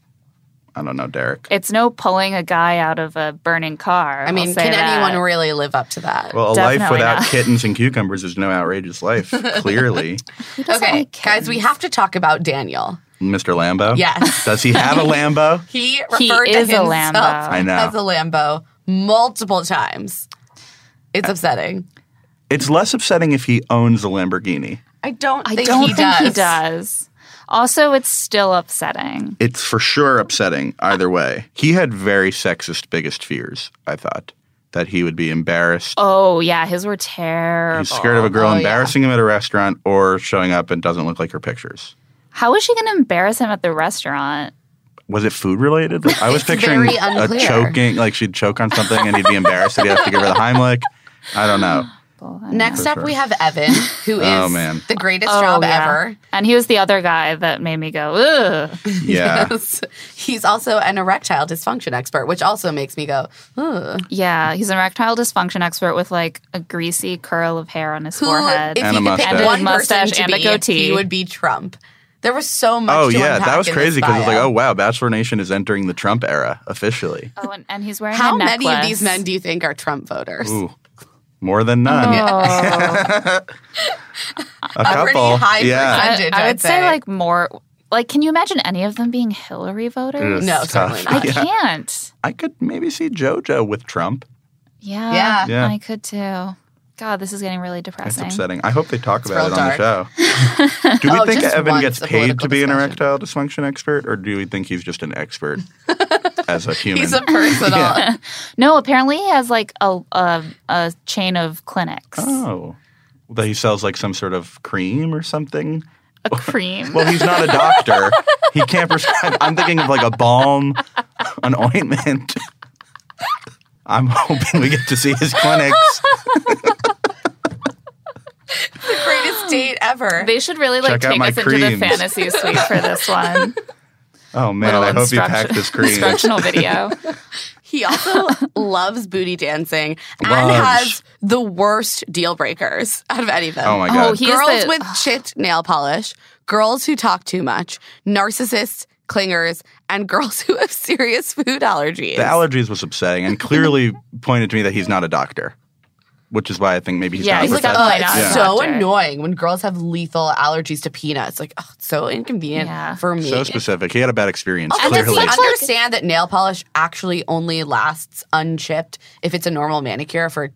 [SPEAKER 3] I don't know, Derek.
[SPEAKER 2] it's no pulling a guy out of a burning car.
[SPEAKER 1] I mean, can anyone really live up to that?
[SPEAKER 3] Well, a life
[SPEAKER 2] Definitely
[SPEAKER 3] without
[SPEAKER 2] not.
[SPEAKER 3] kittens and cucumbers is no outrageous life, clearly.
[SPEAKER 1] okay, guys, we have to talk about Daniel.
[SPEAKER 3] Mr. Lambo?
[SPEAKER 1] Yes.
[SPEAKER 3] Does he have a Lambo?
[SPEAKER 1] He
[SPEAKER 2] He
[SPEAKER 1] referred
[SPEAKER 2] is a
[SPEAKER 1] to himself
[SPEAKER 2] Lambo. I
[SPEAKER 3] know.
[SPEAKER 1] as a Lambo multiple times. It's
[SPEAKER 3] Uh,
[SPEAKER 1] upsetting.
[SPEAKER 3] It's less upsetting if he owns a Lamborghini.
[SPEAKER 1] I don't
[SPEAKER 2] I
[SPEAKER 1] think,
[SPEAKER 2] don't
[SPEAKER 1] he,
[SPEAKER 2] think
[SPEAKER 1] does.
[SPEAKER 2] he does. Also, it's still upsetting.
[SPEAKER 3] It's for sure upsetting either way. He had very sexist biggest fears, I thought, that he would be embarrassed.
[SPEAKER 2] Oh yeah, his were terrible.
[SPEAKER 3] He's scared of a girl
[SPEAKER 1] Oh, yeah.
[SPEAKER 3] embarrassing him at a restaurant or showing up and doesn't look like her pictures.
[SPEAKER 2] How is she going to embarrass him at the restaurant?
[SPEAKER 3] Was it food related? I was picturing
[SPEAKER 1] very
[SPEAKER 3] a
[SPEAKER 1] unclear.
[SPEAKER 3] choking, like she'd choke on something and he'd be embarrassed that he has to give her the Heimlich. I don't know.
[SPEAKER 2] people. I don't know.
[SPEAKER 1] Next up, we have Evan, who is
[SPEAKER 3] Oh, man.
[SPEAKER 1] the greatest
[SPEAKER 2] Oh,
[SPEAKER 1] job
[SPEAKER 2] yeah.
[SPEAKER 1] ever.
[SPEAKER 2] And he was the other guy that made me go, ugh.
[SPEAKER 3] Yeah.
[SPEAKER 1] Yes. He's also an erectile dysfunction expert, which also makes me go, Ugh.
[SPEAKER 2] Yeah, he's an erectile dysfunction expert with like a greasy curl of hair on his
[SPEAKER 1] Who,
[SPEAKER 2] forehead.
[SPEAKER 1] if
[SPEAKER 3] And
[SPEAKER 1] you
[SPEAKER 3] a
[SPEAKER 1] could
[SPEAKER 3] mustache. And
[SPEAKER 1] pick
[SPEAKER 3] a
[SPEAKER 1] one
[SPEAKER 2] mustache
[SPEAKER 1] person to
[SPEAKER 2] and a
[SPEAKER 1] be,
[SPEAKER 2] goatee.
[SPEAKER 1] he would be Trump. There was so much.
[SPEAKER 3] Oh
[SPEAKER 1] to
[SPEAKER 3] yeah,
[SPEAKER 1] unpack
[SPEAKER 3] that was
[SPEAKER 1] in this
[SPEAKER 3] crazy because it's like,
[SPEAKER 1] bio.
[SPEAKER 3] oh wow, Bachelor Nation is entering the Trump era officially.
[SPEAKER 2] oh, and, and he's wearing
[SPEAKER 1] how
[SPEAKER 2] a necklace.
[SPEAKER 1] many of these men do you think are Trump voters?
[SPEAKER 3] Ooh, more than none.
[SPEAKER 2] Oh.
[SPEAKER 3] A
[SPEAKER 1] pretty
[SPEAKER 3] couple.
[SPEAKER 1] high
[SPEAKER 3] yeah.
[SPEAKER 2] I,
[SPEAKER 1] percentage,
[SPEAKER 2] I
[SPEAKER 1] I'd
[SPEAKER 2] would say.
[SPEAKER 1] say.
[SPEAKER 2] like more. Like, can you imagine any of them being Hillary voters?
[SPEAKER 3] Ugh.
[SPEAKER 1] No,
[SPEAKER 3] It's
[SPEAKER 1] certainly
[SPEAKER 3] tough.
[SPEAKER 2] I
[SPEAKER 1] not.
[SPEAKER 2] can't.
[SPEAKER 3] I could maybe see JoJo with Trump.
[SPEAKER 2] Yeah,
[SPEAKER 1] Yeah.
[SPEAKER 3] Yeah.
[SPEAKER 2] I could too. God, this is getting really
[SPEAKER 3] That's
[SPEAKER 2] depressing.
[SPEAKER 3] upsetting. I hope they talk about
[SPEAKER 1] real
[SPEAKER 3] it on the show. Do we
[SPEAKER 1] Oh,
[SPEAKER 3] think
[SPEAKER 1] just
[SPEAKER 3] Evan
[SPEAKER 1] once
[SPEAKER 3] gets
[SPEAKER 1] a
[SPEAKER 3] paid to
[SPEAKER 1] political
[SPEAKER 3] be an
[SPEAKER 1] discussion.
[SPEAKER 3] erectile dysfunction expert, or do we think he's just an expert as a human?
[SPEAKER 1] He's a personal.
[SPEAKER 2] No, apparently he has like a a, a chain of clinics.
[SPEAKER 3] oh, that he sells like some sort of cream or something.
[SPEAKER 2] A cream.
[SPEAKER 3] Well, he's not a doctor. he can't prescribe. I'm thinking of like a balm, an ointment. I'm hoping we get to see his clinics.
[SPEAKER 1] greatest date ever.
[SPEAKER 2] they should really like
[SPEAKER 3] Check out
[SPEAKER 2] take
[SPEAKER 3] my
[SPEAKER 2] us into the
[SPEAKER 3] creams.
[SPEAKER 2] fantasy suite for this one.
[SPEAKER 3] Oh man,
[SPEAKER 2] Little
[SPEAKER 3] I hope he
[SPEAKER 2] instruction-
[SPEAKER 3] packed his cream.
[SPEAKER 2] Instructional video.
[SPEAKER 1] He also loves booty dancing and
[SPEAKER 3] Loves.
[SPEAKER 1] has the worst deal breakers out of any of them.
[SPEAKER 3] Oh my
[SPEAKER 2] Oh,
[SPEAKER 3] god.
[SPEAKER 2] he- is
[SPEAKER 1] girls
[SPEAKER 2] the-
[SPEAKER 1] with chit nail polish, girls who talk too much, narcissists, clingers, and girls who have serious food allergies.
[SPEAKER 3] the allergies was upsetting and clearly pointed to me that he's not a doctor, which is why I think maybe he's
[SPEAKER 2] Yeah,
[SPEAKER 3] not
[SPEAKER 2] he's
[SPEAKER 3] a
[SPEAKER 2] like a
[SPEAKER 3] professional.
[SPEAKER 1] Ugh,
[SPEAKER 2] Why
[SPEAKER 1] it's
[SPEAKER 2] not?
[SPEAKER 1] so
[SPEAKER 2] Doctor.
[SPEAKER 1] annoying when girls have lethal allergies to peanuts. Like, oh, it's so inconvenient
[SPEAKER 2] Yeah.
[SPEAKER 1] for me.
[SPEAKER 3] so specific. He had a bad experience,
[SPEAKER 1] And does he
[SPEAKER 3] clearly.
[SPEAKER 2] Oh, like-
[SPEAKER 1] understand that nail polish actually only lasts unchipped if it's a normal manicure for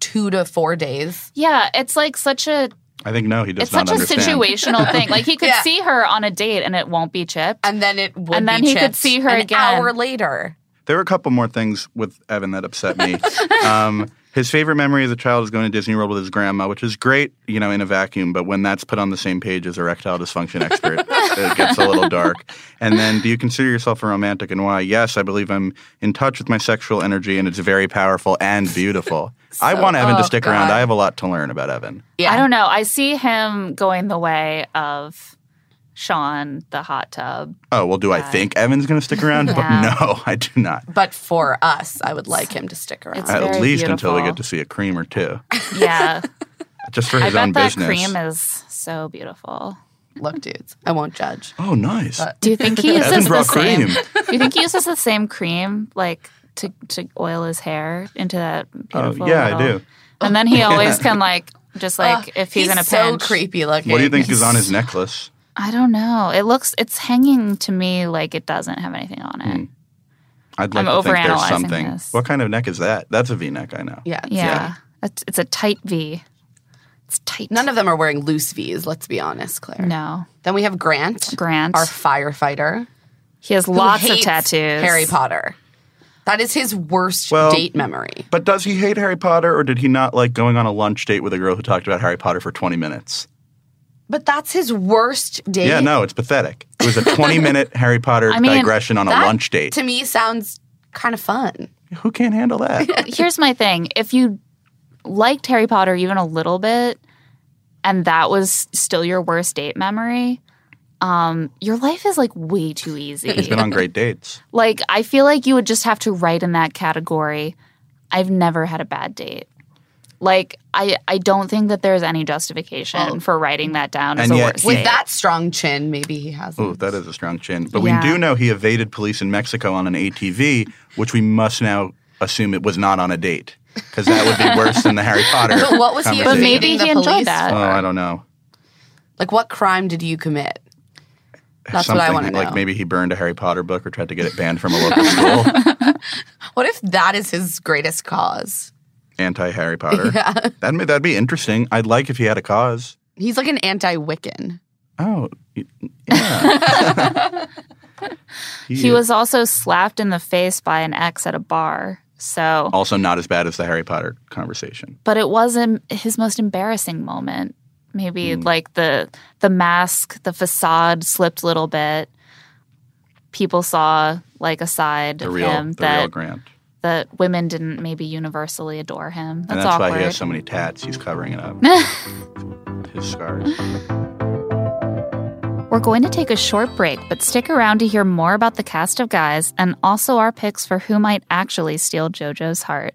[SPEAKER 1] two to four days?
[SPEAKER 2] Yeah, it's like such a
[SPEAKER 3] I think no, he does
[SPEAKER 2] it's
[SPEAKER 3] not
[SPEAKER 2] such
[SPEAKER 3] understand.
[SPEAKER 2] a situational thing. Like he could
[SPEAKER 1] Yeah. Uh,
[SPEAKER 2] see her on a date and it won't be chipped.
[SPEAKER 1] And then it would
[SPEAKER 2] And then
[SPEAKER 1] be
[SPEAKER 2] he could
[SPEAKER 1] chipped
[SPEAKER 2] see her
[SPEAKER 1] an
[SPEAKER 2] again.
[SPEAKER 1] hour later.
[SPEAKER 3] There were a couple more things with Evan that upset me. um, his favorite memory as a child is going to Disney World with his grandma, which is great, you know, in a vacuum. But when that's put on the same page as erectile dysfunction expert, it gets a little dark. And then, do you consider yourself a romantic and why? Yes, I believe I'm in touch with my sexual energy, and it's very powerful and beautiful. I want Evan
[SPEAKER 2] oh,
[SPEAKER 3] to stick around.
[SPEAKER 2] God.
[SPEAKER 3] I have a lot to learn about Evan.
[SPEAKER 1] Yeah.
[SPEAKER 2] I don't know. I see him going the way of Sean the hot tub.
[SPEAKER 3] Oh well, do I think Evan's going to stick around?
[SPEAKER 2] Yeah.
[SPEAKER 3] But no, I do not.
[SPEAKER 1] But for us, I would like him to stick around.
[SPEAKER 2] It's
[SPEAKER 3] At
[SPEAKER 2] very
[SPEAKER 3] least until we
[SPEAKER 2] beautiful.
[SPEAKER 3] get to see a cream or two,
[SPEAKER 2] Yeah.
[SPEAKER 3] just for
[SPEAKER 2] I
[SPEAKER 3] his own
[SPEAKER 2] bet that
[SPEAKER 3] business.
[SPEAKER 2] cream is so beautiful.
[SPEAKER 1] Look, dudes, I won't judge.
[SPEAKER 3] oh, nice.
[SPEAKER 2] Do you think he
[SPEAKER 3] Evan
[SPEAKER 2] uses the
[SPEAKER 3] brought
[SPEAKER 2] same?
[SPEAKER 3] cream.
[SPEAKER 2] Do you think he uses the same cream like to to oil his hair into that beautiful?
[SPEAKER 3] Oh, yeah, I
[SPEAKER 2] little-
[SPEAKER 3] do.
[SPEAKER 2] And then he always can like just like if he's,
[SPEAKER 1] he's
[SPEAKER 2] in a
[SPEAKER 1] so
[SPEAKER 2] pinch.
[SPEAKER 1] creepy looking.
[SPEAKER 3] What do you think is on his necklace?
[SPEAKER 2] I don't know. It looks it's hanging to me like it doesn't have anything on it.
[SPEAKER 3] Mm. I'd like
[SPEAKER 2] I'm
[SPEAKER 3] to think there's
[SPEAKER 2] overanalyzing
[SPEAKER 3] something.
[SPEAKER 2] this.
[SPEAKER 3] What kind of neck is that? That's a V-neck, I know.
[SPEAKER 1] Yeah.
[SPEAKER 2] Yeah, It's, it's a tight V. It's tight.
[SPEAKER 1] None of them are wearing loose V's, let's be honest, Claire.
[SPEAKER 2] no
[SPEAKER 1] Then we have Grant,
[SPEAKER 2] Grant.
[SPEAKER 1] our firefighter.
[SPEAKER 2] he has
[SPEAKER 1] who
[SPEAKER 2] lots of
[SPEAKER 1] hates
[SPEAKER 2] tattoos.
[SPEAKER 1] Harry Potter. That is his worst
[SPEAKER 3] Well-
[SPEAKER 1] date memory.
[SPEAKER 3] But does he hate Harry Potter, or did he not like going on a lunch date with a girl who talked about Harry Potter for 20 minutes?
[SPEAKER 1] But that's his worst date.
[SPEAKER 3] Yeah, no, it's pathetic. It was a 20-minute Harry Potter
[SPEAKER 2] I mean,
[SPEAKER 3] digression on a
[SPEAKER 1] That,
[SPEAKER 3] lunch date.
[SPEAKER 1] To me, sounds kind of fun.
[SPEAKER 3] Who can't handle that?
[SPEAKER 2] Here's my thing: if you liked Harry Potter even a little bit, and that was still your worst date memory, um, your life is like way too
[SPEAKER 3] He's
[SPEAKER 2] easy.
[SPEAKER 3] been on great dates.
[SPEAKER 2] like I feel like you would just have to write in that category. I've never had a bad date. Like I, I don't think that there's any justification
[SPEAKER 1] Oh.
[SPEAKER 2] for writing that down as
[SPEAKER 3] and
[SPEAKER 2] a
[SPEAKER 3] yet
[SPEAKER 2] worst
[SPEAKER 3] he-
[SPEAKER 1] With
[SPEAKER 2] date.
[SPEAKER 1] that strong chin, maybe he has.
[SPEAKER 3] Ooh, that is a strong chin. But
[SPEAKER 2] Yeah.
[SPEAKER 3] we do know he evaded police in Mexico on an ATV, which we must now assume it was not on a date. Because that would be worse than the Harry Potter.
[SPEAKER 1] But what was he
[SPEAKER 3] conversation.
[SPEAKER 2] But maybe
[SPEAKER 1] The
[SPEAKER 2] he enjoyed
[SPEAKER 1] police-
[SPEAKER 3] Oh,
[SPEAKER 2] that.
[SPEAKER 3] I don't know.
[SPEAKER 1] Like, what crime did you commit? That's what I
[SPEAKER 3] something,
[SPEAKER 1] wanna know.
[SPEAKER 3] Like maybe he burned a Harry Potter book or tried to get it banned from a local school.
[SPEAKER 1] What if that is his greatest cause?
[SPEAKER 3] Anti Harry Potter. That'd, be- that'd be interesting. I'd like if he had a cause.
[SPEAKER 1] He's like an anti-Wiccan.
[SPEAKER 3] Oh, y- yeah.
[SPEAKER 2] He was also slapped in the face by an ex at a bar. So,
[SPEAKER 3] also not as bad as the Harry Potter conversation.
[SPEAKER 2] but it wasn't his most embarrassing moment. Maybe
[SPEAKER 3] Hmm.
[SPEAKER 2] like the the mask, the facade slipped a little bit. People saw like a side
[SPEAKER 3] The
[SPEAKER 2] of
[SPEAKER 3] real,
[SPEAKER 2] him
[SPEAKER 3] the
[SPEAKER 2] that
[SPEAKER 3] real Grant.
[SPEAKER 2] that women didn't maybe universally adore him. That's,
[SPEAKER 3] and that's
[SPEAKER 2] awkward.
[SPEAKER 3] why he has so many tats. He's covering it up. His scars.
[SPEAKER 2] We're going to take a short break, but stick around to hear more about the cast of guys and also our picks for who might actually steal JoJo's heart.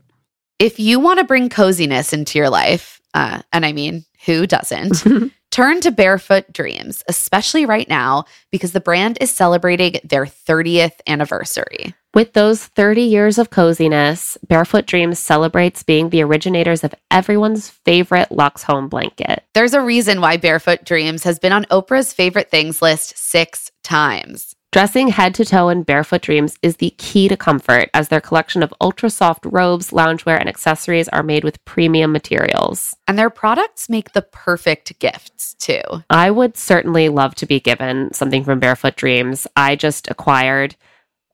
[SPEAKER 1] If you want to bring coziness into your life, uh, and I mean, who doesn't? Turn to Barefoot Dreams, especially right now, because the brand is celebrating their 30th anniversary.
[SPEAKER 4] With those 30 years of coziness, Barefoot Dreams celebrates being the originators of everyone's favorite Lux Home blanket.
[SPEAKER 1] There's a reason why Barefoot Dreams has been on Oprah's favorite things list six times.
[SPEAKER 4] Dressing head to toe in Barefoot Dreams is the key to comfort, as their collection of ultra soft robes, loungewear, and accessories are made with premium materials.
[SPEAKER 1] And their products make the perfect gifts, too.
[SPEAKER 4] I would certainly love to be given something from Barefoot Dreams. I just acquired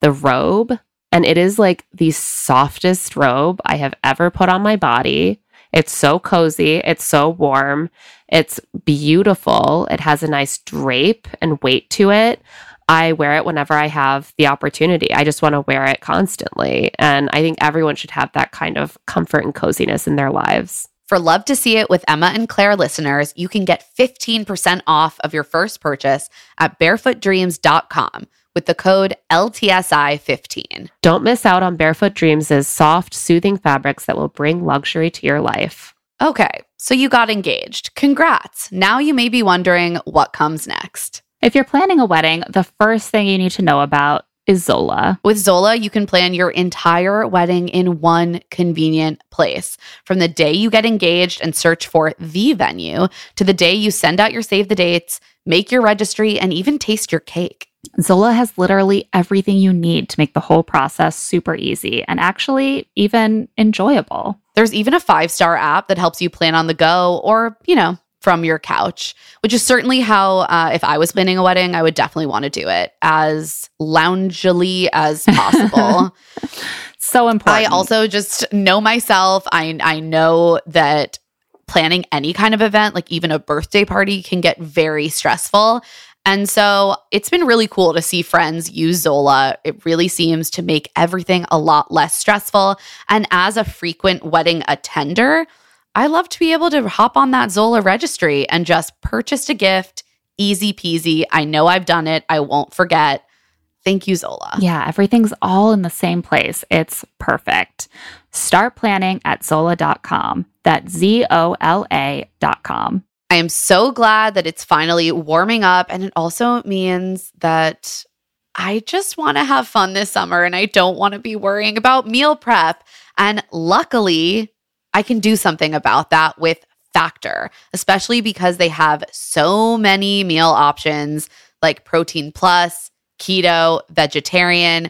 [SPEAKER 4] the robe, and it is like the softest robe I have ever put on my body. It's so cozy, it's so warm, it's beautiful. It has a nice drape and weight to it. I wear it whenever I have the opportunity. I just want to wear it constantly. And I think everyone should have that kind of comfort and coziness in their lives.
[SPEAKER 1] For Love to See It with Emma and Claire listeners, you can get 15% off of your first purchase at barefootdreams.com with the code LTSI15.
[SPEAKER 4] Don't miss out on Barefoot Dreams' soft, soothing fabrics that will bring luxury to your life.
[SPEAKER 1] Okay, so you got engaged. Congrats. Now you may be wondering what comes next.
[SPEAKER 2] If you're planning a wedding, the first thing you need to know about is Zola.
[SPEAKER 1] With Zola, you can plan your entire wedding in one convenient place. From the day you get engaged and search for the venue to the day you send out your save the dates, make your registry, and even taste your cake.
[SPEAKER 2] Zola has literally everything you need to make the whole process super easy and actually even enjoyable.
[SPEAKER 1] There's even a five star app that helps you plan on the go or, you know, from your couch, which is certainly how, uh, if I was planning a wedding, I would definitely want to do it as loungily as possible.
[SPEAKER 2] So
[SPEAKER 1] I
[SPEAKER 2] important.
[SPEAKER 1] also just know myself. I, I know that planning any kind of event, like even a birthday party, can get very stressful. And so it's been really cool to see friends use Zola. It really seems to make everything a lot less stressful. And as a frequent wedding attender, I love to be able to hop on that Zola registry and just purchase a gift. Easy peasy. I know I've done it. I won't forget. Thank you, Zola.
[SPEAKER 2] Yeah, everything's all in the same place. It's perfect. Start planning at Zola.com. That's Z O L A.com.
[SPEAKER 1] I am so glad that it's finally warming up. And it also means that I just want to have fun this summer and I don't want to be worrying about meal prep. And luckily, I can do something about that with Factor, especially because they have so many meal options like protein plus, keto, vegetarian,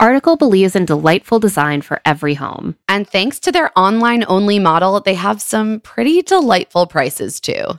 [SPEAKER 4] Article believes in delightful design for every home.
[SPEAKER 1] And thanks to their online only model, they have some pretty delightful prices too.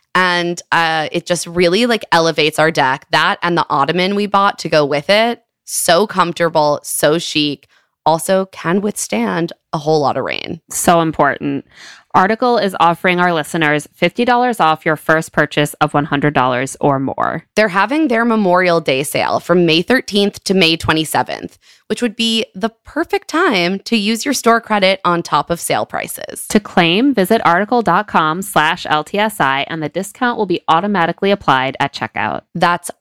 [SPEAKER 1] and uh, it just really like elevates our deck. That and the ottoman we bought to go with it, so comfortable, so chic. Also, can withstand a whole lot of rain.
[SPEAKER 4] So important. Article is offering our listeners $50 off your first purchase of $100 or more.
[SPEAKER 1] They're having their Memorial Day sale from May 13th to May 27th, which would be the perfect time to use your store credit on top of sale prices.
[SPEAKER 4] To claim, visit article.com slash LTSI and the discount will be automatically applied at checkout.
[SPEAKER 1] That's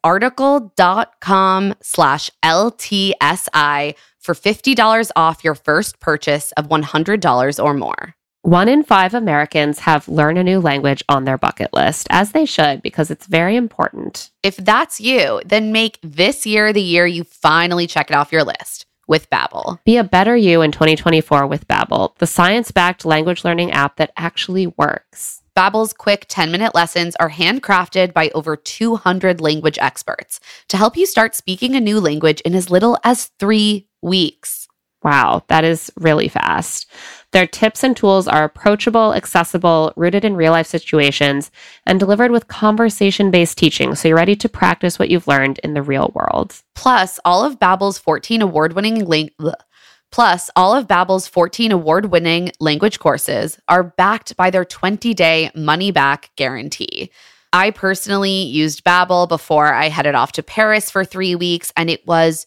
[SPEAKER 1] article.com slash LTSI for $50 off your first purchase of $100 or more.
[SPEAKER 4] One in five Americans have learn a new language on their bucket list, as they should, because it's very important.
[SPEAKER 1] If that's you, then make this year the year you finally check it off your list with Babbel.
[SPEAKER 4] Be a better you in 2024 with Babbel, the science-backed language learning app that actually works.
[SPEAKER 1] Babbel's quick 10-minute lessons are handcrafted by over 200 language experts to help you start speaking a new language in as little as 3 weeks.
[SPEAKER 4] Wow, that is really fast. Their tips and tools are approachable, accessible, rooted in real life situations, and delivered with conversation based teaching. So you're ready to practice what you've learned in the real world.
[SPEAKER 1] Plus, all of Babbel's 14 award-winning lang- bleh. Plus, all of Babbel's 14 award-winning language courses are backed by their 20-day money-back guarantee. I personally used Babbel before I headed off to Paris for 3 weeks and it was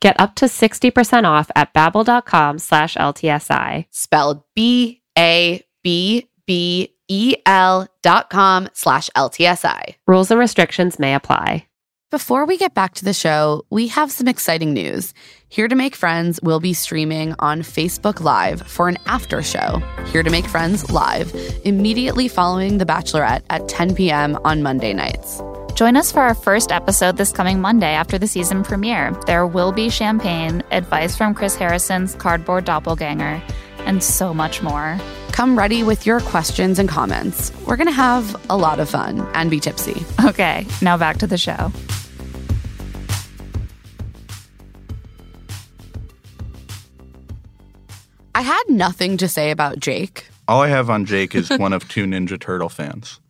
[SPEAKER 4] Get up to 60% off at babbel.com slash LTSI.
[SPEAKER 1] spelled B-A-B-B-E-L E dot com slash LTSI.
[SPEAKER 4] Rules and restrictions may apply.
[SPEAKER 1] Before we get back to the show, we have some exciting news. Here to Make Friends will be streaming on Facebook Live for an after show, Here to Make Friends Live, immediately following The Bachelorette at 10 p.m. on Monday nights.
[SPEAKER 2] Join us for our first episode this coming Monday after the season premiere. There will be champagne, advice from Chris Harrison's cardboard doppelganger, and so much more.
[SPEAKER 1] Come ready with your questions and comments. We're going to have a lot of fun and be tipsy.
[SPEAKER 2] Okay, now back to the show.
[SPEAKER 1] I had nothing to say about Jake.
[SPEAKER 3] All I have on Jake is one of two Ninja Turtle fans.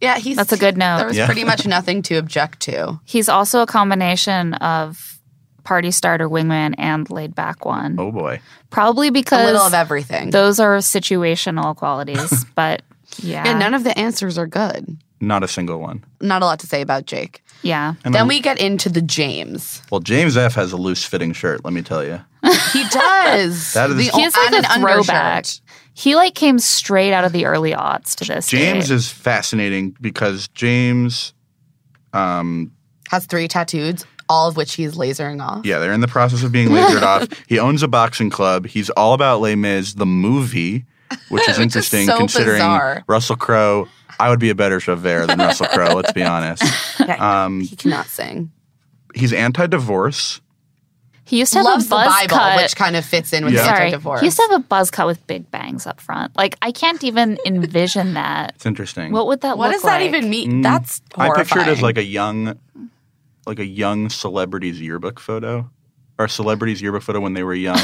[SPEAKER 1] Yeah, he's
[SPEAKER 2] That's a good note.
[SPEAKER 1] There was
[SPEAKER 3] Yeah.
[SPEAKER 1] pretty much nothing to object to.
[SPEAKER 2] He's also a combination of party starter, wingman, and laid back one.
[SPEAKER 3] Oh boy.
[SPEAKER 2] Probably
[SPEAKER 1] A little of
[SPEAKER 2] because
[SPEAKER 1] everything.
[SPEAKER 2] those are situational qualities, but yeah.
[SPEAKER 1] yeah, none of the answers are good.
[SPEAKER 3] Not a single one.
[SPEAKER 1] Not a lot to say about Jake.
[SPEAKER 2] yeah.
[SPEAKER 3] And
[SPEAKER 1] then
[SPEAKER 3] I'm-
[SPEAKER 1] we get into the James.
[SPEAKER 3] Well, James F has a loose fitting shirt, let me tell you.
[SPEAKER 1] He does.
[SPEAKER 3] That is-
[SPEAKER 1] The
[SPEAKER 2] He's
[SPEAKER 1] o-
[SPEAKER 2] like
[SPEAKER 1] Oh, and
[SPEAKER 2] a
[SPEAKER 1] an
[SPEAKER 2] throwback.
[SPEAKER 1] undershirt.
[SPEAKER 2] He like came straight out of the early aughts to this.
[SPEAKER 3] James
[SPEAKER 2] date.
[SPEAKER 3] is fascinating because James, um,
[SPEAKER 1] Has three tattoos, all of which he's lasering off.
[SPEAKER 3] yeah, they're in the process of being lasered off. He owns a boxing club. He's all about Les Mis, the movie, which is interesting
[SPEAKER 1] so
[SPEAKER 3] considering
[SPEAKER 1] bizarre.
[SPEAKER 3] Russell Crowe. I would be a better Javert than Russell Crowe, let's be honest. Um,
[SPEAKER 1] He cannot sing.
[SPEAKER 3] he's anti divorce.
[SPEAKER 2] he used to have
[SPEAKER 1] Loves
[SPEAKER 2] a
[SPEAKER 1] the
[SPEAKER 2] buzz
[SPEAKER 1] Bible,
[SPEAKER 2] cut.
[SPEAKER 1] which kind of fits in with
[SPEAKER 3] Yeah.
[SPEAKER 1] the
[SPEAKER 2] Sorry,
[SPEAKER 1] anti-divorce.
[SPEAKER 2] he used to have a buzz cut with big bangs up front. Like I can't even envision that.
[SPEAKER 3] It's interesting.
[SPEAKER 2] What would that?
[SPEAKER 1] what
[SPEAKER 2] look
[SPEAKER 1] does that
[SPEAKER 2] like?
[SPEAKER 1] even mean? That's
[SPEAKER 3] Mm. I
[SPEAKER 1] horrifying.
[SPEAKER 3] picture it as like a young, like a young celebrity's yearbook photo, or a celebrity's yearbook photo when they were young.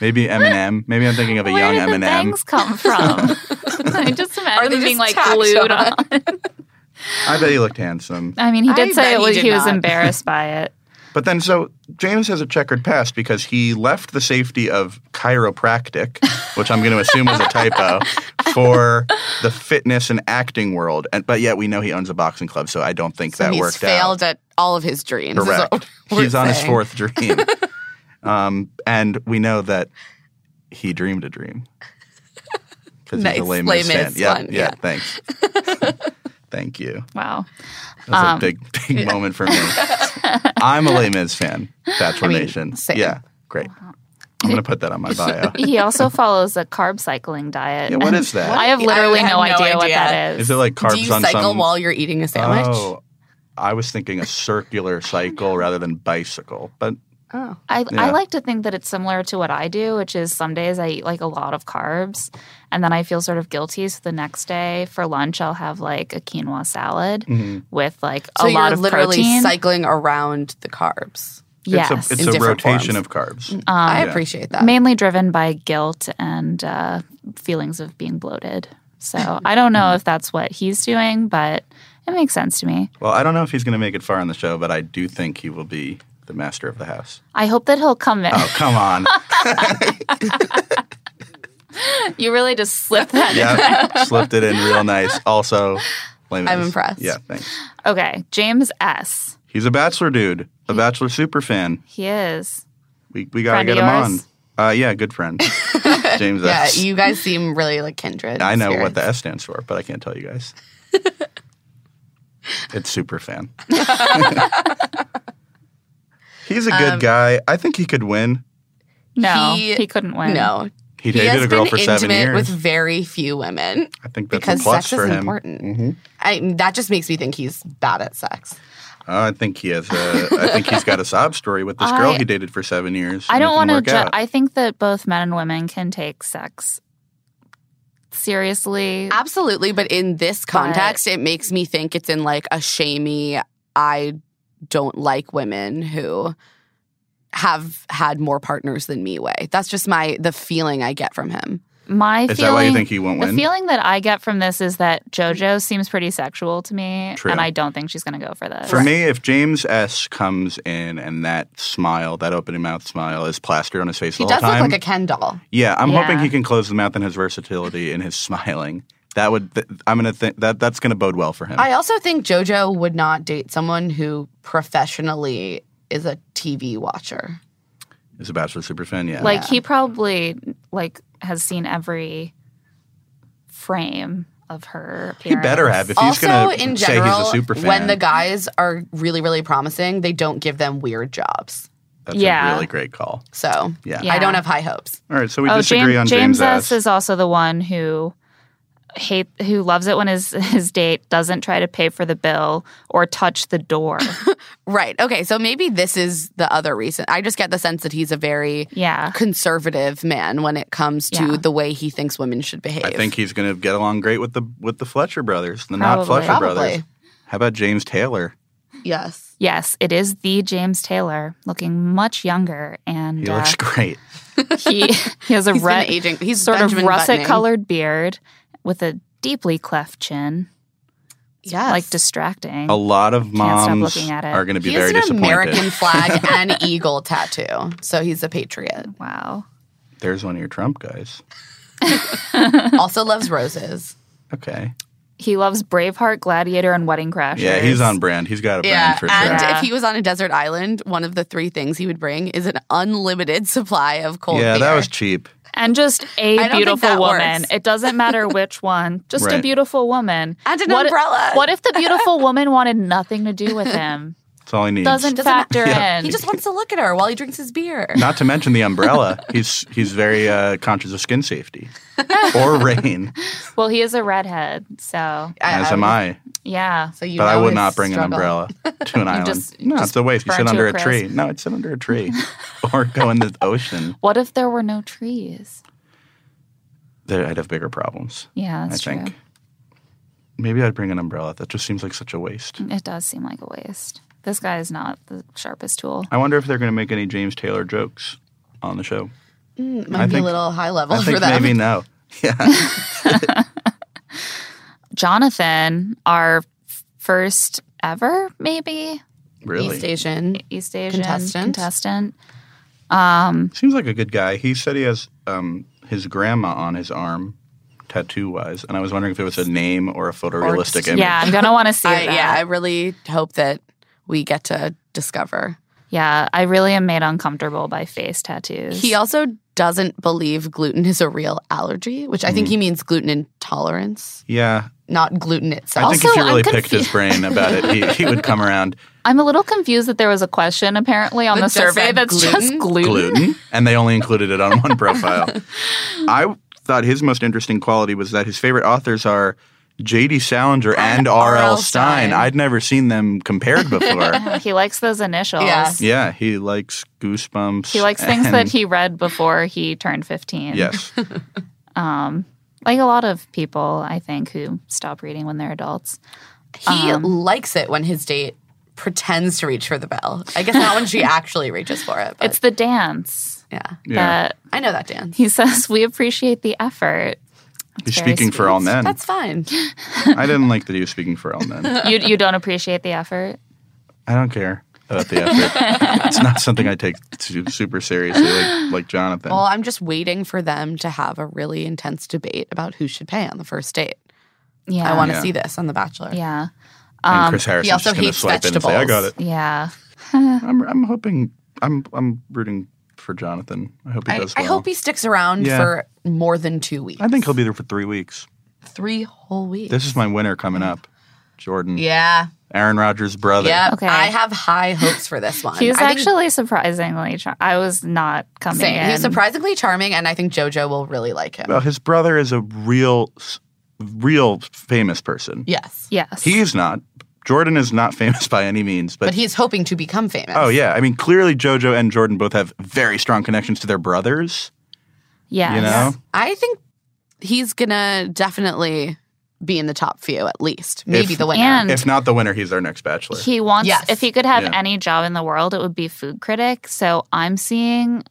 [SPEAKER 3] Maybe Eminem. Maybe I'm thinking of a
[SPEAKER 2] Where
[SPEAKER 3] young
[SPEAKER 2] did the
[SPEAKER 3] Eminem.
[SPEAKER 2] bangs come from? I just imagine
[SPEAKER 5] Are they
[SPEAKER 2] them being
[SPEAKER 5] just
[SPEAKER 2] like
[SPEAKER 5] tacked
[SPEAKER 2] glued
[SPEAKER 5] on?
[SPEAKER 2] on.
[SPEAKER 3] I bet he looked handsome.
[SPEAKER 2] I mean, he
[SPEAKER 5] I bet
[SPEAKER 2] did say it
[SPEAKER 5] he
[SPEAKER 2] was,
[SPEAKER 5] did
[SPEAKER 2] he was
[SPEAKER 5] not.
[SPEAKER 2] embarrassed by it.
[SPEAKER 3] But then, so James has a checkered past because he left the safety of chiropractic, which I'm going to assume is a typo, for the fitness and acting world. And but yet we know he owns a boxing club, so I don't think
[SPEAKER 1] So
[SPEAKER 3] that
[SPEAKER 1] he's
[SPEAKER 3] worked
[SPEAKER 1] failed
[SPEAKER 3] out.
[SPEAKER 1] at all of his dreams. is what
[SPEAKER 3] Correct.
[SPEAKER 1] we're
[SPEAKER 3] He's on his
[SPEAKER 1] saying.
[SPEAKER 3] fourth dream, um, and we know that he dreamed a dream because
[SPEAKER 1] Nice.
[SPEAKER 3] he's a lame
[SPEAKER 1] Les Mis
[SPEAKER 3] fan. Yeah,
[SPEAKER 1] one,
[SPEAKER 3] yeah.
[SPEAKER 1] yeah.
[SPEAKER 3] Thanks. Thank you.
[SPEAKER 2] Wow.
[SPEAKER 3] That was
[SPEAKER 2] Um,
[SPEAKER 3] a big, big moment for me. I'm a Les Mis fan.
[SPEAKER 1] I
[SPEAKER 3] Bachelor
[SPEAKER 1] mean,
[SPEAKER 3] Nation.
[SPEAKER 1] same.
[SPEAKER 3] Yeah, great. I'm gonna put that on my bio.
[SPEAKER 2] He also follows a carb cycling diet.
[SPEAKER 3] Yeah, what
[SPEAKER 2] and
[SPEAKER 3] is that?
[SPEAKER 2] I have literally
[SPEAKER 5] I have
[SPEAKER 2] no,
[SPEAKER 5] no
[SPEAKER 2] idea, what
[SPEAKER 5] idea.
[SPEAKER 2] that is.
[SPEAKER 3] Is it like carbs
[SPEAKER 1] Do you
[SPEAKER 3] on
[SPEAKER 1] cycle
[SPEAKER 3] some?
[SPEAKER 1] while you're eating a sandwich?
[SPEAKER 3] oh, I was thinking a circular cycle rather than bicycle, but
[SPEAKER 1] Oh.
[SPEAKER 2] I,
[SPEAKER 3] Yeah.
[SPEAKER 2] I like to think that it's similar to what I do, which is some days I eat like a lot of carbs and then I feel sort of guilty. So the next day for lunch, I'll have like a quinoa salad
[SPEAKER 3] Mm-hmm.
[SPEAKER 2] with like
[SPEAKER 1] So
[SPEAKER 2] a lot
[SPEAKER 1] you're
[SPEAKER 2] of
[SPEAKER 1] literally
[SPEAKER 2] protein.
[SPEAKER 1] cycling around the carbs.
[SPEAKER 2] yes.
[SPEAKER 3] it's a, it's
[SPEAKER 1] In
[SPEAKER 3] a
[SPEAKER 1] different
[SPEAKER 3] rotation
[SPEAKER 1] forms. Mm, uh,
[SPEAKER 3] of carbs.
[SPEAKER 2] Um,
[SPEAKER 1] I
[SPEAKER 3] yeah.
[SPEAKER 1] appreciate that.
[SPEAKER 2] mainly driven by guilt and uh, feelings of being bloated. So I don't
[SPEAKER 3] Mm-hmm.
[SPEAKER 2] know if that's what he's doing, but it makes sense to me.
[SPEAKER 3] Well, I don't know if he's gonna make it far on the show, but I do think he will be the master of the house.
[SPEAKER 2] I hope that he'll come in.
[SPEAKER 3] Oh, come on.
[SPEAKER 2] you really just slipped that.
[SPEAKER 3] yeah, slipped it in real nice. Also, Les Mis.
[SPEAKER 1] I'm impressed.
[SPEAKER 3] Yeah, thanks.
[SPEAKER 2] Okay, James S.
[SPEAKER 3] He's a Bachelor dude, a Bachelor super fan.
[SPEAKER 2] He is.
[SPEAKER 3] We, we gotta
[SPEAKER 2] Friend
[SPEAKER 3] get
[SPEAKER 2] of
[SPEAKER 3] him on.
[SPEAKER 2] yours?
[SPEAKER 3] Uh, yeah, good friend. James
[SPEAKER 1] yeah,
[SPEAKER 3] S.
[SPEAKER 1] you guys seem really like kindred.
[SPEAKER 3] I know
[SPEAKER 1] spirits.
[SPEAKER 3] what the S stands for, but I can't tell you guys. it's super fan. He's a good guy. I think he could win.
[SPEAKER 2] No,
[SPEAKER 1] He-
[SPEAKER 2] he, couldn't win.
[SPEAKER 1] No,
[SPEAKER 3] He
[SPEAKER 1] he
[SPEAKER 3] dated
[SPEAKER 1] has
[SPEAKER 3] a girl
[SPEAKER 1] been
[SPEAKER 3] for seven
[SPEAKER 1] intimate
[SPEAKER 3] years.
[SPEAKER 1] with very few women
[SPEAKER 3] I think that's
[SPEAKER 1] because
[SPEAKER 3] a plus
[SPEAKER 1] sex
[SPEAKER 3] for
[SPEAKER 1] is
[SPEAKER 3] him.
[SPEAKER 1] important. I, that just makes me think he's bad at sex.
[SPEAKER 3] Oh, I think he has. A, I think he's got a sob story with this girl
[SPEAKER 2] I-
[SPEAKER 3] he dated for seven years.
[SPEAKER 2] I
[SPEAKER 3] and it
[SPEAKER 2] don't
[SPEAKER 3] can
[SPEAKER 2] want to.
[SPEAKER 3] work
[SPEAKER 2] Ju-
[SPEAKER 3] out.
[SPEAKER 2] I think that both men and women can take sex seriously.
[SPEAKER 1] Absolutely, but in this context, it makes me think it's in like a shamey. I don't like women who have had more partners than me way. That's just my the feeling I get from him.
[SPEAKER 2] My
[SPEAKER 3] Is that why you
[SPEAKER 2] feeling.
[SPEAKER 3] think he won't
[SPEAKER 2] the
[SPEAKER 3] win?
[SPEAKER 2] feeling that I get from this is that JoJo seems pretty sexual to me,
[SPEAKER 3] True.
[SPEAKER 2] and I don't think she's going to go for this.
[SPEAKER 3] For me, if James S. comes in and that smile, that opening mouth smile, is plastered on his face
[SPEAKER 1] He
[SPEAKER 3] the
[SPEAKER 1] does
[SPEAKER 3] whole time,
[SPEAKER 1] look like a Ken doll.
[SPEAKER 3] Yeah, I'm hoping
[SPEAKER 2] Yeah.
[SPEAKER 3] he can close the mouth in his versatility and his smiling. That would th- I'm gonna think that that's gonna bode well for him.
[SPEAKER 1] I also think JoJo would not date someone who professionally is a TV watcher.
[SPEAKER 3] Is a bachelor super fan, yeah.
[SPEAKER 2] Like he probably like has seen every frame of her.
[SPEAKER 3] he
[SPEAKER 2] Appearance.
[SPEAKER 3] better have if he's
[SPEAKER 1] also,
[SPEAKER 3] gonna
[SPEAKER 1] in
[SPEAKER 3] say
[SPEAKER 1] general,
[SPEAKER 3] he's a super fan.
[SPEAKER 1] when the guys are really, really promising, they don't give them weird jobs.
[SPEAKER 3] that's
[SPEAKER 2] Yeah.
[SPEAKER 3] a really great call.
[SPEAKER 1] So
[SPEAKER 3] Yeah.
[SPEAKER 2] Yeah.
[SPEAKER 1] I don't have high hopes.
[SPEAKER 3] All right, so we
[SPEAKER 2] oh,
[SPEAKER 3] disagree
[SPEAKER 2] James,
[SPEAKER 3] on
[SPEAKER 2] James S.
[SPEAKER 3] S.
[SPEAKER 2] is also the one who hate who loves it when his his date doesn't try to pay for the bill or touch the door.
[SPEAKER 1] Right. Okay. So maybe this is the other reason. I just get the sense that he's a very
[SPEAKER 2] yeah.
[SPEAKER 1] conservative man when it comes to
[SPEAKER 2] Yeah.
[SPEAKER 1] the way he thinks women should behave.
[SPEAKER 3] I think he's gonna get along great with the with the Fletcher brothers, the not
[SPEAKER 2] Probably.
[SPEAKER 3] Fletcher
[SPEAKER 1] Probably.
[SPEAKER 3] brothers. How about James Taylor?
[SPEAKER 1] yes.
[SPEAKER 2] Yes, it is the James Taylor looking much younger and
[SPEAKER 3] He
[SPEAKER 2] uh,
[SPEAKER 3] looks great.
[SPEAKER 2] he he has a
[SPEAKER 1] He's
[SPEAKER 2] red
[SPEAKER 1] been aging. He's
[SPEAKER 2] sort
[SPEAKER 1] Benjamin
[SPEAKER 2] of russet
[SPEAKER 1] Buttoning.
[SPEAKER 2] colored beard with a deeply cleft chin.
[SPEAKER 1] Yes.
[SPEAKER 2] Like distracting.
[SPEAKER 3] A
[SPEAKER 1] Mm.
[SPEAKER 3] lot of
[SPEAKER 2] stop
[SPEAKER 3] moms
[SPEAKER 2] looking at it.
[SPEAKER 3] are gonna be
[SPEAKER 1] he
[SPEAKER 3] very
[SPEAKER 1] has an
[SPEAKER 3] disappointed.
[SPEAKER 1] American flag and eagle tattoo. So he's a patriot.
[SPEAKER 2] Wow.
[SPEAKER 3] There's one of your Trump guys.
[SPEAKER 1] Also loves roses.
[SPEAKER 3] Okay.
[SPEAKER 2] He loves Braveheart, Gladiator, and Wedding Crashers.
[SPEAKER 3] Yeah, he's on brand. He's got a brand for sure.
[SPEAKER 1] and
[SPEAKER 2] sure.
[SPEAKER 1] if he was on a desert island, one of the three things he would bring is an unlimited supply of cold
[SPEAKER 3] yeah,
[SPEAKER 1] beer.
[SPEAKER 3] that was cheap.
[SPEAKER 2] And just
[SPEAKER 1] don't
[SPEAKER 2] a
[SPEAKER 1] think
[SPEAKER 2] beautiful
[SPEAKER 1] that
[SPEAKER 2] woman.
[SPEAKER 1] works.
[SPEAKER 2] It doesn't matter which one. Just a
[SPEAKER 3] Right.
[SPEAKER 2] beautiful woman.
[SPEAKER 1] and an
[SPEAKER 2] What-
[SPEAKER 1] umbrella.
[SPEAKER 2] What if the beautiful woman wanted nothing to do with him?
[SPEAKER 3] That's all he needs.
[SPEAKER 2] Doesn't,
[SPEAKER 1] Doesn't
[SPEAKER 2] factor in.
[SPEAKER 1] he just wants to look at her while he drinks his beer.
[SPEAKER 3] Not to mention the umbrella. he's he's very uh, conscious of skin safety or rain,
[SPEAKER 2] well, he is a redhead, so
[SPEAKER 3] as am I.
[SPEAKER 2] yeah.
[SPEAKER 1] So you
[SPEAKER 3] But I
[SPEAKER 1] know
[SPEAKER 3] would
[SPEAKER 1] his
[SPEAKER 3] not bring an
[SPEAKER 1] struggle.
[SPEAKER 3] umbrella to an island.
[SPEAKER 2] just-
[SPEAKER 3] no,
[SPEAKER 2] just
[SPEAKER 3] it's a waste. You
[SPEAKER 2] burn
[SPEAKER 3] sit
[SPEAKER 2] to
[SPEAKER 3] under
[SPEAKER 2] a
[SPEAKER 3] a tree. No, I'd sit under a tree or go in the ocean.
[SPEAKER 2] What if there were no trees?
[SPEAKER 3] There, I'd have bigger problems.
[SPEAKER 2] Yeah,
[SPEAKER 3] I
[SPEAKER 2] that's true.
[SPEAKER 3] think. Maybe I'd bring an umbrella. That just seems like such a waste.
[SPEAKER 2] It does seem like a waste. This guy is not the sharpest tool.
[SPEAKER 3] I wonder if they're going to make any James Taylor jokes on the show.
[SPEAKER 1] Mm, might
[SPEAKER 3] I
[SPEAKER 1] be
[SPEAKER 3] think-
[SPEAKER 1] a little high level
[SPEAKER 3] I
[SPEAKER 1] for
[SPEAKER 3] think
[SPEAKER 1] them.
[SPEAKER 3] maybe no. Yeah.
[SPEAKER 2] Jonathan, our f- first ever, maybe
[SPEAKER 1] East
[SPEAKER 3] really?
[SPEAKER 1] Asian.
[SPEAKER 2] East Asian
[SPEAKER 1] Contestant.
[SPEAKER 2] contestant. Um,
[SPEAKER 3] Seems like a good guy. He said he has um, his grandma on his arm, tattoo wise, and I was wondering if it was a name or a photorealistic image.
[SPEAKER 2] yeah, I'm gonna want to see
[SPEAKER 1] I,
[SPEAKER 2] that.
[SPEAKER 1] yeah, I really hope that we get to discover.
[SPEAKER 2] Yeah, I really am made uncomfortable by face tattoos.
[SPEAKER 1] He also doesn't believe gluten is a real allergy, which I think
[SPEAKER 3] Mm.
[SPEAKER 1] he means gluten intolerance,
[SPEAKER 3] Yeah.
[SPEAKER 1] not gluten itself.
[SPEAKER 3] I think if
[SPEAKER 2] Also,
[SPEAKER 3] you really
[SPEAKER 2] I'm
[SPEAKER 3] picked his brain about it, he, he would come around
[SPEAKER 2] I'm a little confused that there was a question apparently on
[SPEAKER 1] That just
[SPEAKER 2] the survey
[SPEAKER 1] said
[SPEAKER 2] that's
[SPEAKER 1] gluten?
[SPEAKER 2] just gluten.
[SPEAKER 3] gluten, and they only included it on one profile. I thought his most interesting quality was that his favorite authors are J.D. Salinger and R.L. Stein.
[SPEAKER 1] Stein.
[SPEAKER 3] I'd never seen them compared before.
[SPEAKER 2] He likes those initials.
[SPEAKER 1] Yeah.
[SPEAKER 3] yeah, he likes Goosebumps.
[SPEAKER 2] He likes things
[SPEAKER 3] and-
[SPEAKER 2] that he read before he turned 15.
[SPEAKER 3] Yes.
[SPEAKER 2] Um, like a lot of people, I think, who stop reading when they're adults.
[SPEAKER 1] he likes it when his date pretends to reach for the bell. I guess not when she actually reaches for it. But
[SPEAKER 2] It's the dance
[SPEAKER 1] yeah,
[SPEAKER 3] Yeah.
[SPEAKER 2] that
[SPEAKER 1] I know that Dan.
[SPEAKER 2] he says, We appreciate the effort.
[SPEAKER 3] He's
[SPEAKER 2] very
[SPEAKER 3] speaking for all
[SPEAKER 2] sweet.
[SPEAKER 3] men.
[SPEAKER 1] That's fine.
[SPEAKER 3] I didn't like that he was speaking for all men.
[SPEAKER 2] You, you don't appreciate the effort?
[SPEAKER 3] I don't care about the effort. it's not something I take too, super seriously, like, like Jonathan.
[SPEAKER 1] Well, I'm just waiting for them to have a really intense debate about who should pay on the first date.
[SPEAKER 2] Yeah.
[SPEAKER 1] I want to
[SPEAKER 3] Yeah.
[SPEAKER 1] see this on The Bachelor.
[SPEAKER 2] Yeah.
[SPEAKER 3] and Chris Harrison's
[SPEAKER 1] um, also
[SPEAKER 3] just going to
[SPEAKER 1] hates
[SPEAKER 3] swipe in and say, "I got it."
[SPEAKER 2] Yeah.
[SPEAKER 3] I'm, I'm hoping. I'm I'm rooting for Jonathan. I hope he
[SPEAKER 1] I,
[SPEAKER 3] does.
[SPEAKER 1] I
[SPEAKER 3] well.
[SPEAKER 1] hope he sticks around
[SPEAKER 3] Yeah.
[SPEAKER 1] for more than two weeks.
[SPEAKER 3] I think he'll be there for three weeks.
[SPEAKER 1] three whole weeks.
[SPEAKER 3] This is my winner coming up, Jordan.
[SPEAKER 1] yeah.
[SPEAKER 3] Aaron Rodgers' brother.
[SPEAKER 1] Yeah,
[SPEAKER 2] Okay.
[SPEAKER 1] I have high hopes for this one.
[SPEAKER 2] He was
[SPEAKER 1] I think-
[SPEAKER 2] actually surprisingly. Char- I was not coming
[SPEAKER 1] same.
[SPEAKER 2] in.
[SPEAKER 1] He's surprisingly charming, and I think JoJo will really like him.
[SPEAKER 3] Well, his brother is a real, s- real famous person.
[SPEAKER 1] yes,
[SPEAKER 2] Yes.
[SPEAKER 3] He is not. Jordan is not famous by any means, but.
[SPEAKER 1] but he's hoping to become famous.
[SPEAKER 3] Oh yeah, I mean clearly JoJo and Jordan both have very strong connections to their brothers,
[SPEAKER 2] Yes.
[SPEAKER 3] you know?
[SPEAKER 1] I think he's gonna definitely be in the top few at least, maybe
[SPEAKER 3] If-
[SPEAKER 1] the winner.
[SPEAKER 2] And-
[SPEAKER 3] If not the winner, he's our next bachelor.
[SPEAKER 2] He wants,
[SPEAKER 1] Yes.
[SPEAKER 2] if he could have
[SPEAKER 3] Yeah.
[SPEAKER 2] any job in the world, it would be food critic. So I'm seeing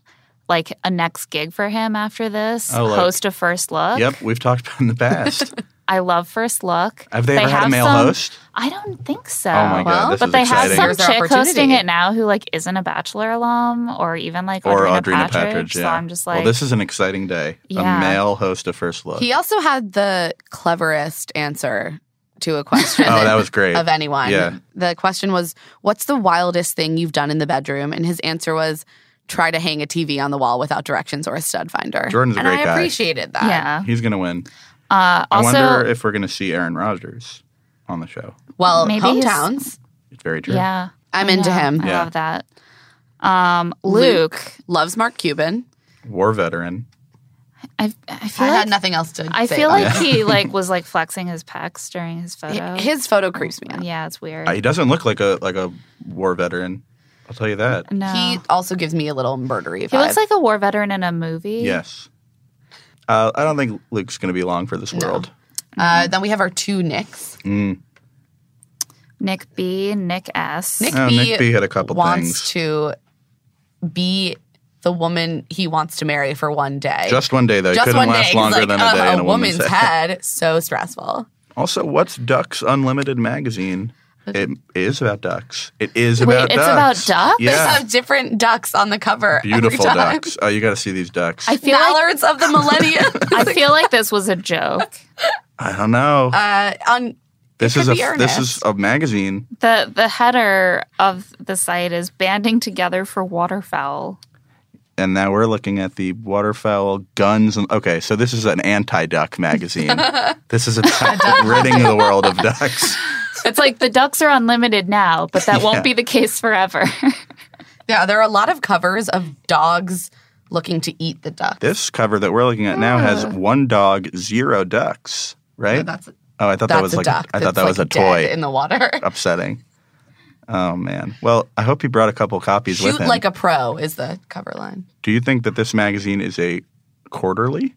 [SPEAKER 2] like a next gig for him after this
[SPEAKER 3] Oh, like-
[SPEAKER 2] host a first look.
[SPEAKER 3] Yep, we've talked about it in the past.
[SPEAKER 2] I love first look.
[SPEAKER 3] Have they, ever had a male
[SPEAKER 2] some-
[SPEAKER 3] host?
[SPEAKER 2] I don't think so.
[SPEAKER 3] Oh my
[SPEAKER 1] Well,
[SPEAKER 3] god, this
[SPEAKER 2] but
[SPEAKER 3] is
[SPEAKER 2] they
[SPEAKER 3] exciting.
[SPEAKER 2] have
[SPEAKER 1] Here's
[SPEAKER 2] some
[SPEAKER 1] our
[SPEAKER 2] chick hosting
[SPEAKER 1] opportunity.
[SPEAKER 2] it now who like isn't a bachelor alum or even like
[SPEAKER 3] or
[SPEAKER 2] Audrina,
[SPEAKER 3] Audrina
[SPEAKER 2] Patridge.
[SPEAKER 3] Patridge. Yeah.
[SPEAKER 2] So I'm just like
[SPEAKER 3] well, this is an exciting day.
[SPEAKER 2] Yeah.
[SPEAKER 3] A male host of First Look.
[SPEAKER 1] he also had the cleverest answer to a question.
[SPEAKER 3] oh, that was great.
[SPEAKER 1] Of anyone.
[SPEAKER 3] Yeah.
[SPEAKER 1] The question was, What's the wildest thing you've done in the bedroom? And his answer was, Try to hang a TV on the wall without directions or a stud finder.
[SPEAKER 3] Jordan's a
[SPEAKER 1] and
[SPEAKER 3] great
[SPEAKER 1] I
[SPEAKER 3] guy.
[SPEAKER 1] appreciated that.
[SPEAKER 2] yeah.
[SPEAKER 3] He's gonna win.
[SPEAKER 2] Uh, also,
[SPEAKER 3] I wonder if we're gonna see Aaron Rodgers on the show.
[SPEAKER 1] Well,
[SPEAKER 2] Maybe he's-
[SPEAKER 1] hometowns.
[SPEAKER 3] It's very true.
[SPEAKER 2] yeah,
[SPEAKER 1] I'm into
[SPEAKER 2] Yeah,
[SPEAKER 1] him.
[SPEAKER 2] I
[SPEAKER 3] Yeah.
[SPEAKER 2] love that. Um,
[SPEAKER 1] Luke.
[SPEAKER 2] Luke
[SPEAKER 1] Loves Mark Cuban.
[SPEAKER 3] War veteran.
[SPEAKER 2] I, I feel
[SPEAKER 1] I
[SPEAKER 2] like,
[SPEAKER 1] had nothing else to
[SPEAKER 2] I
[SPEAKER 1] say.
[SPEAKER 2] feel
[SPEAKER 1] about
[SPEAKER 2] like he like was like flexing his pecs during his photo.
[SPEAKER 1] it. his photo creeps me out.
[SPEAKER 2] yeah, it's weird.
[SPEAKER 3] Uh, he doesn't look like a like a war veteran. I'll tell you that.
[SPEAKER 2] no,
[SPEAKER 1] He
[SPEAKER 2] he,
[SPEAKER 1] also gives me a little murdery vibe.
[SPEAKER 2] looks like a war veteran in a movie.
[SPEAKER 3] Yes. Uh, I don't think Luke's gonna be long for this world.
[SPEAKER 1] uh,
[SPEAKER 3] Mm-hmm.
[SPEAKER 1] then we have our two Nicks.
[SPEAKER 3] Mm.
[SPEAKER 2] Nick B, Nick S.
[SPEAKER 1] Nick
[SPEAKER 3] Oh,
[SPEAKER 1] B
[SPEAKER 3] Nick B had a couple
[SPEAKER 1] wants
[SPEAKER 3] things.
[SPEAKER 1] to be the woman he wants to marry for one day.
[SPEAKER 3] Just one day though.
[SPEAKER 1] Just
[SPEAKER 3] it couldn't
[SPEAKER 1] one day.
[SPEAKER 3] last
[SPEAKER 1] He's
[SPEAKER 3] longer
[SPEAKER 1] like,
[SPEAKER 3] than a
[SPEAKER 1] "Ugh,
[SPEAKER 3] day in a,
[SPEAKER 1] woman's,
[SPEAKER 3] woman's head.
[SPEAKER 1] head. So stressful.
[SPEAKER 3] Also, what's Ducks Unlimited magazine? It is about ducks. It is
[SPEAKER 2] Wait,
[SPEAKER 3] about
[SPEAKER 2] it's
[SPEAKER 3] ducks.
[SPEAKER 2] about ducks?
[SPEAKER 1] They
[SPEAKER 3] Yeah.
[SPEAKER 1] have different ducks on the cover. every
[SPEAKER 3] Beautiful
[SPEAKER 1] time.
[SPEAKER 3] ducks. Oh, you got to see these ducks.
[SPEAKER 2] I
[SPEAKER 3] I,
[SPEAKER 2] feel like
[SPEAKER 1] Mallards of the millennium.
[SPEAKER 2] I feel like this was a joke.
[SPEAKER 3] don't know.
[SPEAKER 1] uh, on
[SPEAKER 3] this
[SPEAKER 1] could
[SPEAKER 3] is a
[SPEAKER 1] be
[SPEAKER 3] this
[SPEAKER 1] earnest.
[SPEAKER 3] is a magazine.
[SPEAKER 2] The the header of the site is banding together for waterfowl.
[SPEAKER 3] And now we're looking at the waterfowl guns. And, okay, so this is an anti-duck magazine. this is about ridding the world of ducks.
[SPEAKER 2] It's like the ducks are unlimited now, but that
[SPEAKER 3] Yeah.
[SPEAKER 2] won't be the case forever.
[SPEAKER 1] yeah, there are a lot of covers of dogs looking to eat the duck.
[SPEAKER 3] This cover that we're looking at now has one dog, zero ducks. Right?
[SPEAKER 1] that's
[SPEAKER 3] oh, I thought
[SPEAKER 1] that's
[SPEAKER 3] that was
[SPEAKER 1] a
[SPEAKER 3] like
[SPEAKER 1] duck.
[SPEAKER 3] I thought that
[SPEAKER 1] that's,
[SPEAKER 3] was a
[SPEAKER 1] like, dead
[SPEAKER 3] toy.
[SPEAKER 1] in the water.
[SPEAKER 3] Upsetting. Oh man. Well, I hope he brought a couple copies with
[SPEAKER 1] Shoot
[SPEAKER 3] him.
[SPEAKER 1] like a pro is the cover line.
[SPEAKER 3] Do you think that this magazine is a quarterly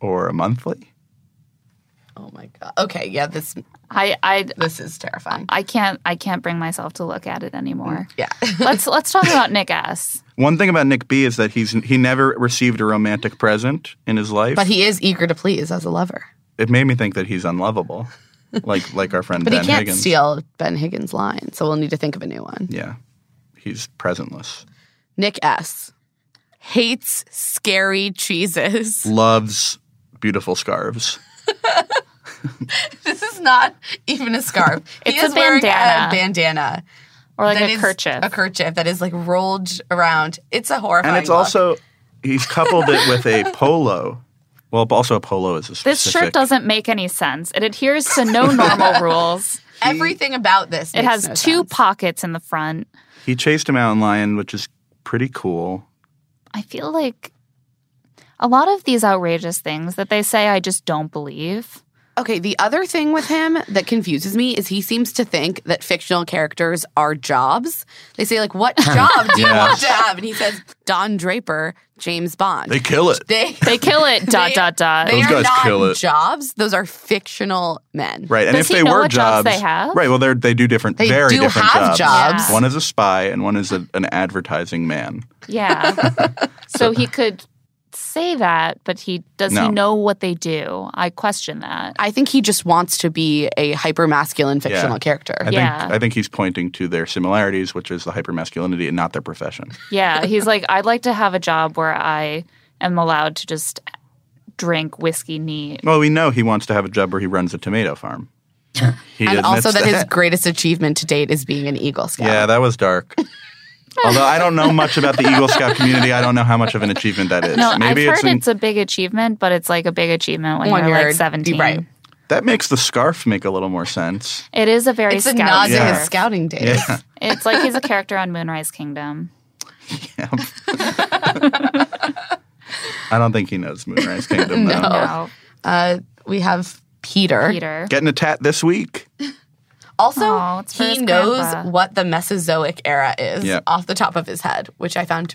[SPEAKER 3] or a monthly?
[SPEAKER 1] Oh my god. Okay, yeah, this
[SPEAKER 2] I I
[SPEAKER 1] this is terrifying.
[SPEAKER 2] I can't I can't bring myself to look at it anymore.
[SPEAKER 1] Yeah.
[SPEAKER 2] let's let's talk about Nick S.
[SPEAKER 3] One thing about Nick B is that he's he never received a romantic present in his life.
[SPEAKER 1] But he is eager to please as a lover.
[SPEAKER 3] it made me think that he's unlovable, like like our friend
[SPEAKER 1] But
[SPEAKER 3] Ben
[SPEAKER 1] he can't
[SPEAKER 3] Higgins.
[SPEAKER 1] steal Ben Higgins' line, so we'll need to think of a new one.
[SPEAKER 3] Yeah, he's presentless.
[SPEAKER 1] Nick S. hates scary cheeses.
[SPEAKER 3] Loves beautiful scarves.
[SPEAKER 1] This is not even a scarf. He
[SPEAKER 2] It's a
[SPEAKER 1] is wearing
[SPEAKER 2] bandana.
[SPEAKER 1] a bandana.
[SPEAKER 2] Or like
[SPEAKER 1] that
[SPEAKER 2] a
[SPEAKER 1] is
[SPEAKER 2] kerchief.
[SPEAKER 1] A kerchief that is like rolled around. It's a horrifying.
[SPEAKER 3] and it's
[SPEAKER 1] look.
[SPEAKER 3] also he's coupled it with a polo. Well, but also a polo is a specific.
[SPEAKER 2] this shirt doesn't make any sense. It adheres to no normal rules.
[SPEAKER 1] everything about this.
[SPEAKER 2] It
[SPEAKER 1] makes
[SPEAKER 2] has
[SPEAKER 1] no
[SPEAKER 2] two
[SPEAKER 1] sense.
[SPEAKER 2] pockets in the front.
[SPEAKER 3] He chased a mountain lion, which is pretty cool.
[SPEAKER 2] I feel like a lot of these outrageous things that they say I just don't believe.
[SPEAKER 1] Okay, the other thing with him that confuses me is he seems to think that fictional characters are jobs. They say like, "What job do you
[SPEAKER 3] Yeah.
[SPEAKER 1] want to have?" And he says, "Don Draper, James Bond."
[SPEAKER 3] They kill it.
[SPEAKER 1] They
[SPEAKER 2] They kill it dot
[SPEAKER 1] They-
[SPEAKER 2] dot dot.
[SPEAKER 1] they
[SPEAKER 3] Those
[SPEAKER 1] are
[SPEAKER 3] guys
[SPEAKER 1] not
[SPEAKER 3] kill it.
[SPEAKER 1] jobs. Those are fictional men.
[SPEAKER 3] Right, and
[SPEAKER 2] Does
[SPEAKER 3] if
[SPEAKER 2] he
[SPEAKER 3] they
[SPEAKER 2] know
[SPEAKER 3] were
[SPEAKER 2] what jobs
[SPEAKER 3] jobs,
[SPEAKER 2] they have?
[SPEAKER 3] right? Well, they they do different,
[SPEAKER 1] They
[SPEAKER 3] very
[SPEAKER 1] do
[SPEAKER 3] different
[SPEAKER 1] have jobs.
[SPEAKER 2] Yeah.
[SPEAKER 3] One is a spy, and one is a, an advertising man.
[SPEAKER 2] Yeah. so he could say that, but he does
[SPEAKER 3] No.
[SPEAKER 2] he know what they do? I question that.
[SPEAKER 1] I think he just wants to be a hyper masculine fictional
[SPEAKER 3] Yeah.
[SPEAKER 1] character.
[SPEAKER 3] I
[SPEAKER 2] Yeah.
[SPEAKER 3] think I think he's pointing to their similarities, which is the hypermasculinity and not their profession.
[SPEAKER 2] Yeah, he's like I'd like to have a job where I am allowed to just drink whiskey neat.
[SPEAKER 3] Well, we know he wants to have a job where he runs a tomato farm. He
[SPEAKER 1] and also
[SPEAKER 3] admits
[SPEAKER 1] that, his greatest achievement to date is being an Eagle Scout.
[SPEAKER 3] Yeah, that was dark. Although I don't know much about the Eagle Scout community, I don't know how much of an achievement that is.
[SPEAKER 2] No,
[SPEAKER 3] Maybe
[SPEAKER 2] I've
[SPEAKER 3] it's,
[SPEAKER 2] heard
[SPEAKER 3] in-
[SPEAKER 2] it's a big achievement, but it's like a big achievement when,
[SPEAKER 1] When
[SPEAKER 2] you're,
[SPEAKER 1] you're
[SPEAKER 2] like 17.
[SPEAKER 1] right.
[SPEAKER 3] that makes the scarf make a little more sense.
[SPEAKER 2] It is a very
[SPEAKER 1] it's a
[SPEAKER 2] scout.
[SPEAKER 1] nod to his
[SPEAKER 2] scarf.
[SPEAKER 1] scouting days.
[SPEAKER 3] Yeah.
[SPEAKER 2] It's like he's a character on Moonrise Kingdom.
[SPEAKER 3] I don't think he knows Moonrise Kingdom
[SPEAKER 1] Oh.
[SPEAKER 3] though.
[SPEAKER 2] No,
[SPEAKER 1] Uh, we have Peter.
[SPEAKER 2] Peter.
[SPEAKER 3] Getting a tat this week.
[SPEAKER 1] Also,
[SPEAKER 2] Aw, it's for
[SPEAKER 1] he
[SPEAKER 2] his
[SPEAKER 1] knows
[SPEAKER 2] grandpa.
[SPEAKER 1] what the Mesozoic era is
[SPEAKER 3] Yep.
[SPEAKER 1] off the top of his head, which I found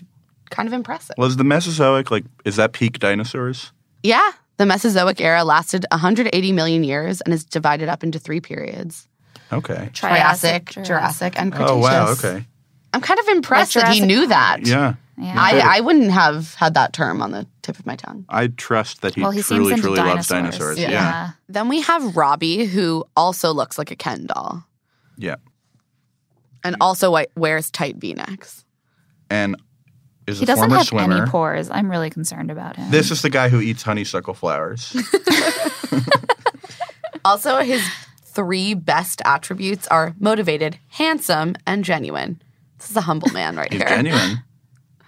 [SPEAKER 1] kind of impressive.
[SPEAKER 3] Was the Mesozoic like? Is that peak dinosaurs?
[SPEAKER 1] Yeah, the Mesozoic era lasted 180 million years and is divided up into three periods:
[SPEAKER 3] Okay.
[SPEAKER 1] Triassic, Jurassic, and Cretaceous.
[SPEAKER 3] Oh wow. Okay.
[SPEAKER 1] I'm kind of impressed
[SPEAKER 2] Like
[SPEAKER 1] that he
[SPEAKER 2] Jurassic
[SPEAKER 1] knew that.
[SPEAKER 3] Yeah.
[SPEAKER 2] Yeah.
[SPEAKER 1] I, I wouldn't have had that term on the tip of my tongue.
[SPEAKER 3] I trust that he,
[SPEAKER 2] well, he seems
[SPEAKER 3] truly,
[SPEAKER 2] into
[SPEAKER 3] truly
[SPEAKER 2] dinosaurs.
[SPEAKER 3] loves dinosaurs. Yeah. yeah.
[SPEAKER 2] yeah.
[SPEAKER 1] Then we have Robbie, who also looks like a Ken doll and also we- wears tight V-necks.
[SPEAKER 3] And is
[SPEAKER 2] He
[SPEAKER 3] a
[SPEAKER 2] doesn't
[SPEAKER 3] former
[SPEAKER 2] have
[SPEAKER 3] swimmer.
[SPEAKER 2] any pores. I'm really concerned about him.
[SPEAKER 3] This is the guy who eats honeysuckle flowers.
[SPEAKER 1] Also, his three best attributes are motivated, handsome, and genuine. This is a humble man right
[SPEAKER 3] He's
[SPEAKER 1] here.
[SPEAKER 3] genuine.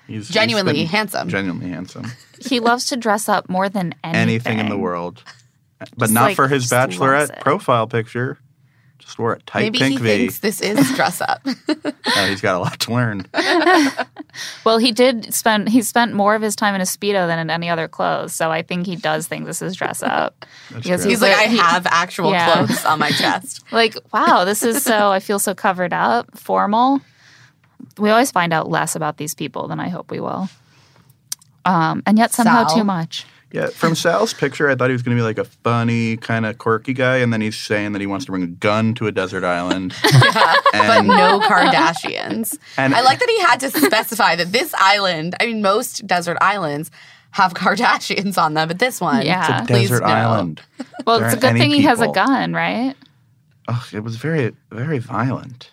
[SPEAKER 3] He's he's
[SPEAKER 1] Genuinely
[SPEAKER 3] been
[SPEAKER 1] handsome.
[SPEAKER 3] Genuinely handsome.
[SPEAKER 2] he loves to dress up more than anything.
[SPEAKER 3] Anything in the world, but
[SPEAKER 2] Just,
[SPEAKER 3] not
[SPEAKER 2] like,
[SPEAKER 3] for his
[SPEAKER 2] just loves
[SPEAKER 3] bachelorette
[SPEAKER 2] it.
[SPEAKER 3] profile picture. Just wore a tight
[SPEAKER 1] Maybe he
[SPEAKER 3] pink V.
[SPEAKER 1] thinks this is dress up.
[SPEAKER 3] Uh, he's got a lot to learn.
[SPEAKER 2] Well, he did spend he spent more of his time in a speedo than in any other clothes. So I think he does think this is dress up because
[SPEAKER 3] true.
[SPEAKER 1] He's like, I
[SPEAKER 2] he-
[SPEAKER 1] have actual
[SPEAKER 2] Yeah.
[SPEAKER 1] clothes on my chest.
[SPEAKER 2] like, wow, this is so I feel so covered up, formal. We always find out less about these people than I hope we will, um, and yet somehow
[SPEAKER 1] Sal.
[SPEAKER 2] too much.
[SPEAKER 3] Yeah, from Sal's picture, I thought he was going to be like a funny, kind of quirky guy, and then he's saying that he wants to bring a gun to a desert island.
[SPEAKER 1] But
[SPEAKER 3] and
[SPEAKER 1] no Kardashians.
[SPEAKER 3] And-
[SPEAKER 1] I like that he had to specify that this island, I mean, most desert islands have Kardashians on them, but this one,
[SPEAKER 2] Yeah.
[SPEAKER 3] desert
[SPEAKER 1] please no.
[SPEAKER 3] island.
[SPEAKER 2] Well,
[SPEAKER 3] There
[SPEAKER 2] it's a
[SPEAKER 3] aren't
[SPEAKER 2] good
[SPEAKER 3] any
[SPEAKER 2] thing he has a
[SPEAKER 3] people.
[SPEAKER 2] gun, right?
[SPEAKER 3] Ugh, it was very, very violent.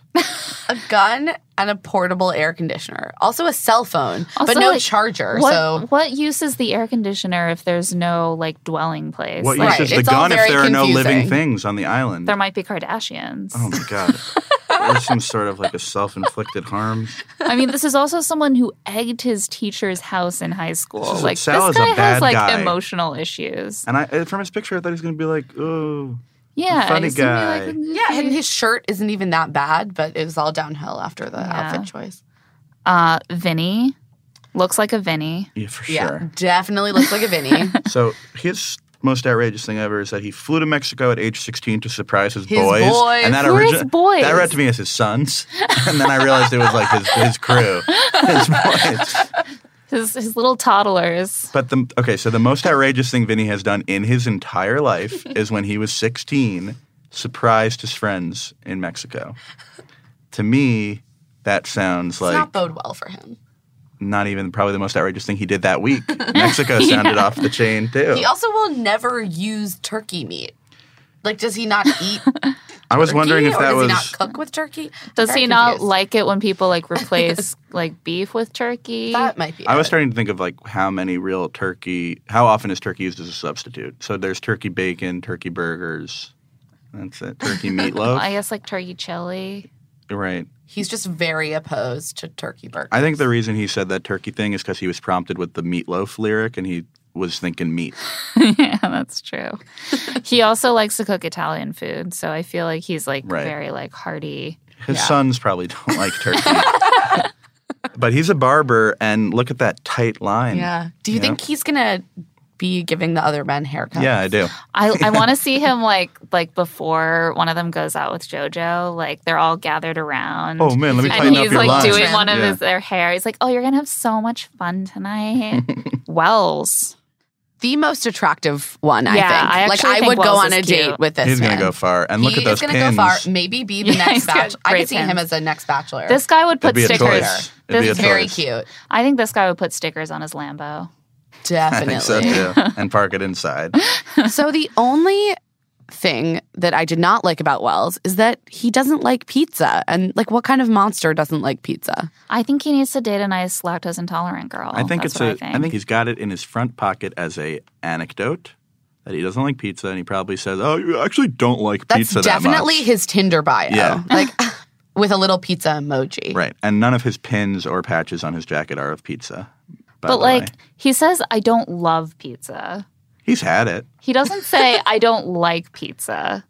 [SPEAKER 1] a gun and a portable air conditioner. Also a cell phone,
[SPEAKER 2] Also,
[SPEAKER 1] but no
[SPEAKER 2] like,
[SPEAKER 1] charger.
[SPEAKER 2] What,
[SPEAKER 1] so
[SPEAKER 2] what use is the air conditioner if there's no like dwelling place?
[SPEAKER 3] What
[SPEAKER 2] Like,
[SPEAKER 3] use is the
[SPEAKER 1] It's all
[SPEAKER 3] gun if
[SPEAKER 1] very
[SPEAKER 3] there are no living
[SPEAKER 1] confusing.
[SPEAKER 3] things on the island?
[SPEAKER 2] there might be Kardashians.
[SPEAKER 3] oh my god, there's some sort of like a self-inflicted harm.
[SPEAKER 2] I mean, this is also someone who egged his teacher's house in high school.
[SPEAKER 3] This is-
[SPEAKER 2] like
[SPEAKER 3] Sal
[SPEAKER 2] this
[SPEAKER 3] is a
[SPEAKER 2] guy has
[SPEAKER 3] bad
[SPEAKER 2] like
[SPEAKER 3] guy.
[SPEAKER 2] emotional issues.
[SPEAKER 3] And I, uh, from his picture, I thought he was going to be like, ooh,
[SPEAKER 2] Yeah,
[SPEAKER 3] funny
[SPEAKER 2] he's gonna be,
[SPEAKER 3] guy.
[SPEAKER 1] yeah, and his shirt isn't even that bad, but it was all downhill after the outfit choice.
[SPEAKER 2] uh, Vinny looks like a Vinny.
[SPEAKER 3] yeah, for
[SPEAKER 1] Yeah,
[SPEAKER 3] sure.
[SPEAKER 1] definitely looks like a Vinny.
[SPEAKER 3] so his most outrageous thing ever is that he flew to Mexico at age 16 to surprise his,
[SPEAKER 1] His
[SPEAKER 3] boys,
[SPEAKER 1] boys.
[SPEAKER 3] and that
[SPEAKER 2] Who are his
[SPEAKER 3] origi-
[SPEAKER 2] boys?
[SPEAKER 3] that read to me as his sons, and then I realized it was like his, his crew, his boys.
[SPEAKER 2] his his little toddlers.
[SPEAKER 3] But the okay, so the most outrageous thing Vinny has done in his entire life is when he was 16, surprised his friends in Mexico. To me, that sounds
[SPEAKER 5] It's
[SPEAKER 3] like
[SPEAKER 5] not
[SPEAKER 3] not,
[SPEAKER 5] bode well for him.
[SPEAKER 3] even probably the most outrageous thing he did that week. Mexico sounded off the chain too.
[SPEAKER 5] He also will never use turkey meat. Like, does he not eat? turkey,
[SPEAKER 3] I was wondering if
[SPEAKER 5] or
[SPEAKER 3] that
[SPEAKER 5] does
[SPEAKER 3] was
[SPEAKER 5] he not cook with turkey.
[SPEAKER 2] Does
[SPEAKER 5] Very
[SPEAKER 2] he not
[SPEAKER 5] confused.
[SPEAKER 2] like it when people like replace like beef with turkey?
[SPEAKER 5] That might be.
[SPEAKER 3] I
[SPEAKER 5] it.
[SPEAKER 3] was starting to think of like how many real turkey how often is turkey used as a substitute. So there's turkey bacon, turkey burgers. That's it. Turkey meatloaf.
[SPEAKER 2] I guess like turkey chili.
[SPEAKER 3] right.
[SPEAKER 5] He's just very opposed to turkey burgers.
[SPEAKER 3] I think the reason he said that turkey thing is because he was prompted with the meatloaf lyric and he was thinking meat.
[SPEAKER 2] yeah, that's true. he also likes to cook Italian food, so I feel like he's like
[SPEAKER 3] Right.
[SPEAKER 2] very like hearty.
[SPEAKER 3] His sons probably don't like turkey. but he's a barber and look at that tight line.
[SPEAKER 5] Yeah. Do you
[SPEAKER 3] Yeah.
[SPEAKER 5] think he's gonna be giving the other men haircuts?
[SPEAKER 3] Yeah, I do.
[SPEAKER 2] I, I want to see him like like before one of them goes out with JoJo. Like they're all gathered around.
[SPEAKER 3] Oh man, let me
[SPEAKER 2] and
[SPEAKER 3] tighten up
[SPEAKER 2] he's
[SPEAKER 3] your
[SPEAKER 2] like
[SPEAKER 3] line.
[SPEAKER 2] doing one of
[SPEAKER 3] Yeah.
[SPEAKER 2] his their hair. He's like, "Oh, you're gonna have so much fun tonight, Wells."
[SPEAKER 1] the most attractive one, I
[SPEAKER 2] Yeah,
[SPEAKER 1] think.
[SPEAKER 2] I
[SPEAKER 1] like
[SPEAKER 2] actually
[SPEAKER 1] I
[SPEAKER 2] think
[SPEAKER 1] would go
[SPEAKER 2] Wells
[SPEAKER 1] on
[SPEAKER 2] is
[SPEAKER 1] a date
[SPEAKER 2] cute.
[SPEAKER 1] with this
[SPEAKER 3] He's
[SPEAKER 1] man.
[SPEAKER 3] gonna go far. And look
[SPEAKER 5] he
[SPEAKER 3] at those
[SPEAKER 5] is gonna
[SPEAKER 3] pins.
[SPEAKER 5] go far. Maybe be the
[SPEAKER 2] Yeah,
[SPEAKER 5] next
[SPEAKER 2] he's got
[SPEAKER 5] bachelor. I
[SPEAKER 2] great
[SPEAKER 5] could see him
[SPEAKER 2] pins.
[SPEAKER 5] as the next bachelor.
[SPEAKER 2] This guy would
[SPEAKER 3] It'd
[SPEAKER 2] put
[SPEAKER 3] be a
[SPEAKER 2] stickers.
[SPEAKER 3] choice. It'd be a
[SPEAKER 2] This,
[SPEAKER 5] very
[SPEAKER 3] choice.
[SPEAKER 5] cute.
[SPEAKER 2] I think this guy would put stickers on his Lambo.
[SPEAKER 3] I
[SPEAKER 5] Definitely.
[SPEAKER 3] think so too. And park it inside.
[SPEAKER 1] So the only thing that I did not like about Wells is that he doesn't like pizza. And like what kind of monster doesn't like pizza?
[SPEAKER 2] I think he needs to date a nice lactose intolerant girl.
[SPEAKER 3] I think
[SPEAKER 2] That's
[SPEAKER 3] it's a.
[SPEAKER 2] what
[SPEAKER 3] I
[SPEAKER 2] I think.
[SPEAKER 3] he's got it in his front pocket as a anecdote that he doesn't like pizza, and he probably says, "Oh, you actually don't like
[SPEAKER 5] That's
[SPEAKER 3] pizza that much."
[SPEAKER 5] definitely his Tinder bio.
[SPEAKER 3] Yeah.
[SPEAKER 5] Like with a little pizza emoji.
[SPEAKER 3] Right, and none of his pins or patches on his jacket are of pizza.
[SPEAKER 2] but
[SPEAKER 3] by the
[SPEAKER 2] like
[SPEAKER 3] way.
[SPEAKER 2] he says, I don't love pizza.
[SPEAKER 3] he's had it.
[SPEAKER 2] He doesn't say I don't like pizza.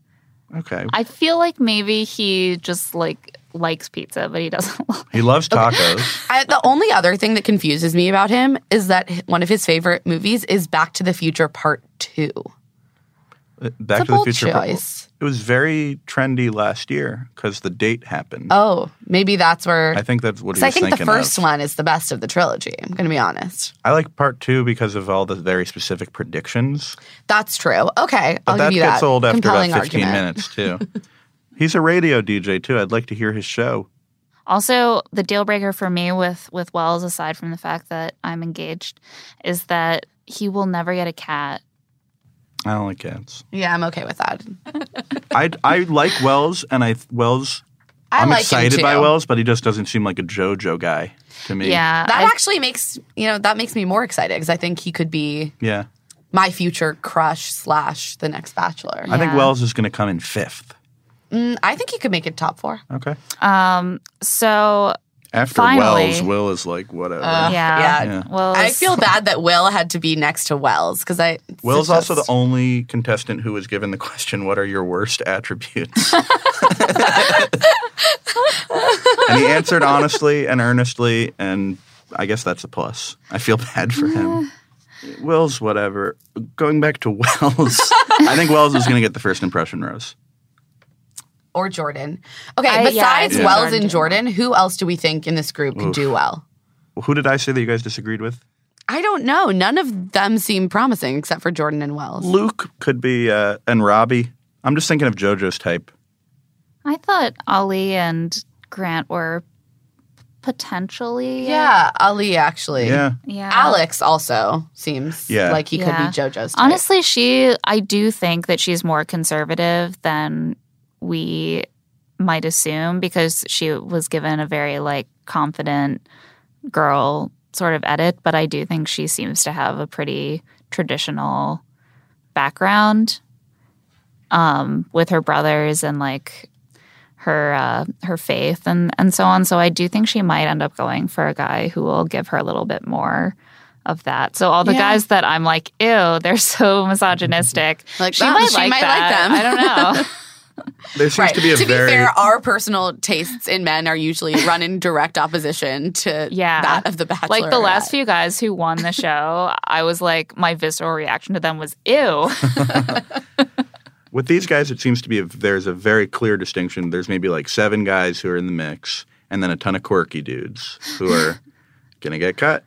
[SPEAKER 3] Okay,
[SPEAKER 2] I feel like maybe he just like likes pizza, but he doesn't. Love
[SPEAKER 3] he loves tacos.
[SPEAKER 1] I, the only other thing that confuses me about him is that one of his favorite movies is Back to the Future Part 2.
[SPEAKER 5] It's
[SPEAKER 3] Back
[SPEAKER 5] a
[SPEAKER 3] to the
[SPEAKER 5] bold
[SPEAKER 3] Future.
[SPEAKER 5] choice.
[SPEAKER 3] It was very trendy last year because the date happened.
[SPEAKER 5] Oh, maybe that's where.
[SPEAKER 3] I think that's what he
[SPEAKER 5] 'cause
[SPEAKER 3] was
[SPEAKER 5] I think the
[SPEAKER 3] thinking
[SPEAKER 5] first
[SPEAKER 3] of.
[SPEAKER 5] one is the best of the trilogy. I'm going to be honest.
[SPEAKER 3] I like part two because of all the very specific predictions.
[SPEAKER 5] That's true. Okay,
[SPEAKER 3] But
[SPEAKER 5] I'll
[SPEAKER 3] that
[SPEAKER 5] give you
[SPEAKER 3] gets
[SPEAKER 5] that.
[SPEAKER 3] old after
[SPEAKER 5] Compelling
[SPEAKER 3] about 15
[SPEAKER 5] argument.
[SPEAKER 3] minutes, too. He's a radio DJ, too. I'd like to hear his show.
[SPEAKER 2] Also, the deal breaker for me with with Wells, aside from the fact that I'm engaged, is that he will never get a cat.
[SPEAKER 3] I don't like cats.
[SPEAKER 5] Yeah, I'm okay with that.
[SPEAKER 3] I, I like Wells, and I Wells.
[SPEAKER 5] I
[SPEAKER 3] am
[SPEAKER 5] like him,
[SPEAKER 3] excited by
[SPEAKER 5] too.
[SPEAKER 3] Wells, but he just doesn't seem like a JoJo guy to me.
[SPEAKER 2] Yeah,
[SPEAKER 5] That
[SPEAKER 2] I-
[SPEAKER 5] actually makes you know that makes me more excited because I think he could be
[SPEAKER 3] Yeah.
[SPEAKER 5] my future crush slash the next bachelor.
[SPEAKER 3] I think
[SPEAKER 2] Yeah.
[SPEAKER 3] Wells is going to come in fifth.
[SPEAKER 5] Mm, I think he could make it top four.
[SPEAKER 3] Okay.
[SPEAKER 2] um. So
[SPEAKER 3] After
[SPEAKER 2] Finally.
[SPEAKER 3] Wells, Will is like, whatever.
[SPEAKER 5] Uh,
[SPEAKER 2] yeah,
[SPEAKER 5] yeah.
[SPEAKER 3] Yeah.
[SPEAKER 2] Wells.
[SPEAKER 5] I feel bad that Will had to be next to Wells because I it's
[SPEAKER 3] Will's also the
[SPEAKER 5] just-
[SPEAKER 3] only contestant who was given the question, What are your worst attributes? and he answered honestly and earnestly, and I guess that's a plus. I feel bad for him. Will's whatever. Going back to Wells, I think Wells is going to get the first impression rose.
[SPEAKER 5] or Jordan. Okay,
[SPEAKER 2] I- yeah, I
[SPEAKER 5] besides
[SPEAKER 2] think
[SPEAKER 5] Wells
[SPEAKER 2] Jordan
[SPEAKER 5] and
[SPEAKER 2] did well.
[SPEAKER 5] Jordan, who else do we think in this group could do well?
[SPEAKER 3] Who did I say that you guys disagreed with?
[SPEAKER 1] I don't know. None of them seem promising except for Jordan and Wells.
[SPEAKER 3] Luke could be, uh, and Robbie. I'm just thinking of JoJo's type.
[SPEAKER 2] I thought Ollie and Grant were potentially.
[SPEAKER 5] Yeah, Ali actually.
[SPEAKER 3] Yeah.
[SPEAKER 2] Yeah.
[SPEAKER 5] Alex also seems
[SPEAKER 3] Yeah.
[SPEAKER 5] like he
[SPEAKER 2] Yeah.
[SPEAKER 5] could be JoJo's. Type.
[SPEAKER 2] Honestly, she I do think that she's more conservative than we might assume because she was given a very like confident girl sort of edit, but I do think she seems to have a pretty traditional background um with her brothers and like her uh, her faith and and so on. So I do think she might end up going for a guy who will give her a little bit more of that. So all the guys that I'm like, ew, they're so misogynistic.
[SPEAKER 1] Like, oh, she might like them.
[SPEAKER 2] I don't know.
[SPEAKER 3] There seems
[SPEAKER 5] right.
[SPEAKER 3] to be a very.
[SPEAKER 1] fair, our personal tastes in men are usually run in direct opposition to
[SPEAKER 2] Yeah.
[SPEAKER 1] that of the Bachelor.
[SPEAKER 2] like the
[SPEAKER 1] or
[SPEAKER 2] last
[SPEAKER 1] not.
[SPEAKER 2] few guys who won the show, I was like, my visceral reaction to them was ew.
[SPEAKER 3] With these guys, it seems to be a, there's a very clear distinction. There's maybe like seven guys who are in the mix, and then a ton of quirky dudes who are gonna get cut.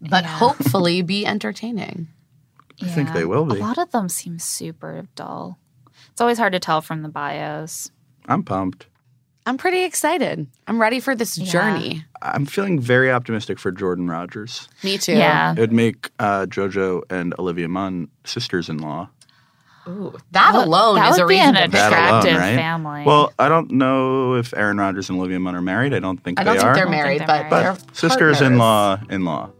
[SPEAKER 1] but
[SPEAKER 2] Yeah.
[SPEAKER 1] hopefully be entertaining.
[SPEAKER 3] I think they will be.
[SPEAKER 2] A lot of them seem super dull. It's always hard to tell from the bios.
[SPEAKER 3] I'm pumped.
[SPEAKER 1] I'm pretty excited. I'm ready for this
[SPEAKER 2] Yeah.
[SPEAKER 1] journey.
[SPEAKER 3] I'm feeling very optimistic for Jordan Rogers.
[SPEAKER 1] Me too.
[SPEAKER 2] Yeah.
[SPEAKER 3] It would make uh, JoJo and Olivia Munn sisters in law.
[SPEAKER 1] That
[SPEAKER 2] Well,
[SPEAKER 1] alone
[SPEAKER 2] that
[SPEAKER 1] Oh, is
[SPEAKER 2] would
[SPEAKER 1] a
[SPEAKER 2] be an
[SPEAKER 1] reason.
[SPEAKER 3] That alone,
[SPEAKER 2] attractive
[SPEAKER 3] right?
[SPEAKER 2] family.
[SPEAKER 3] Well, I don't know if Aaron Rodgers and Olivia Munn are married. I don't think
[SPEAKER 1] I don't
[SPEAKER 3] they
[SPEAKER 1] think
[SPEAKER 3] are.
[SPEAKER 1] they're
[SPEAKER 2] I don't
[SPEAKER 1] married,
[SPEAKER 2] think they're
[SPEAKER 1] but,
[SPEAKER 3] but
[SPEAKER 1] they're
[SPEAKER 3] sisters in law in law.
[SPEAKER 1] partners.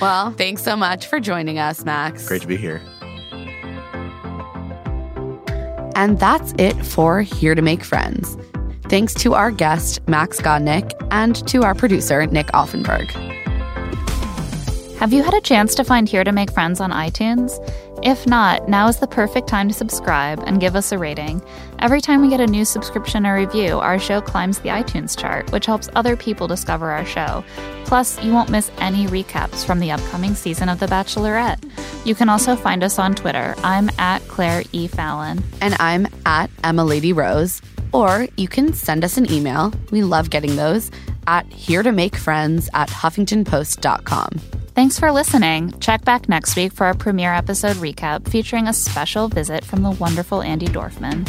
[SPEAKER 1] Well, thanks so much for joining us, Max.
[SPEAKER 3] Great to be here.
[SPEAKER 1] And that's it for Here to Make Friends. Thanks to our guest, Max Godnick, and to our producer, Nick Offenberg.
[SPEAKER 2] Have you had a chance to find Here to Make Friends on iTunes? If not, now is the perfect time to subscribe and give us a rating. Every time we get a new subscription or review, our show climbs the iTunes chart, which helps other people discover our show. Plus, you won't miss any recaps from the upcoming season of The Bachelorette. You can also find us on Twitter. I'm at Claire E. Fallon.
[SPEAKER 1] And I'm at Emma Lady Rose. Or you can send us an email. We love getting those at here to make friends at huffingtonpost.com.
[SPEAKER 2] Thanks for listening. Check back next week for our premiere episode recap featuring a special visit from the wonderful Andy Dorfman.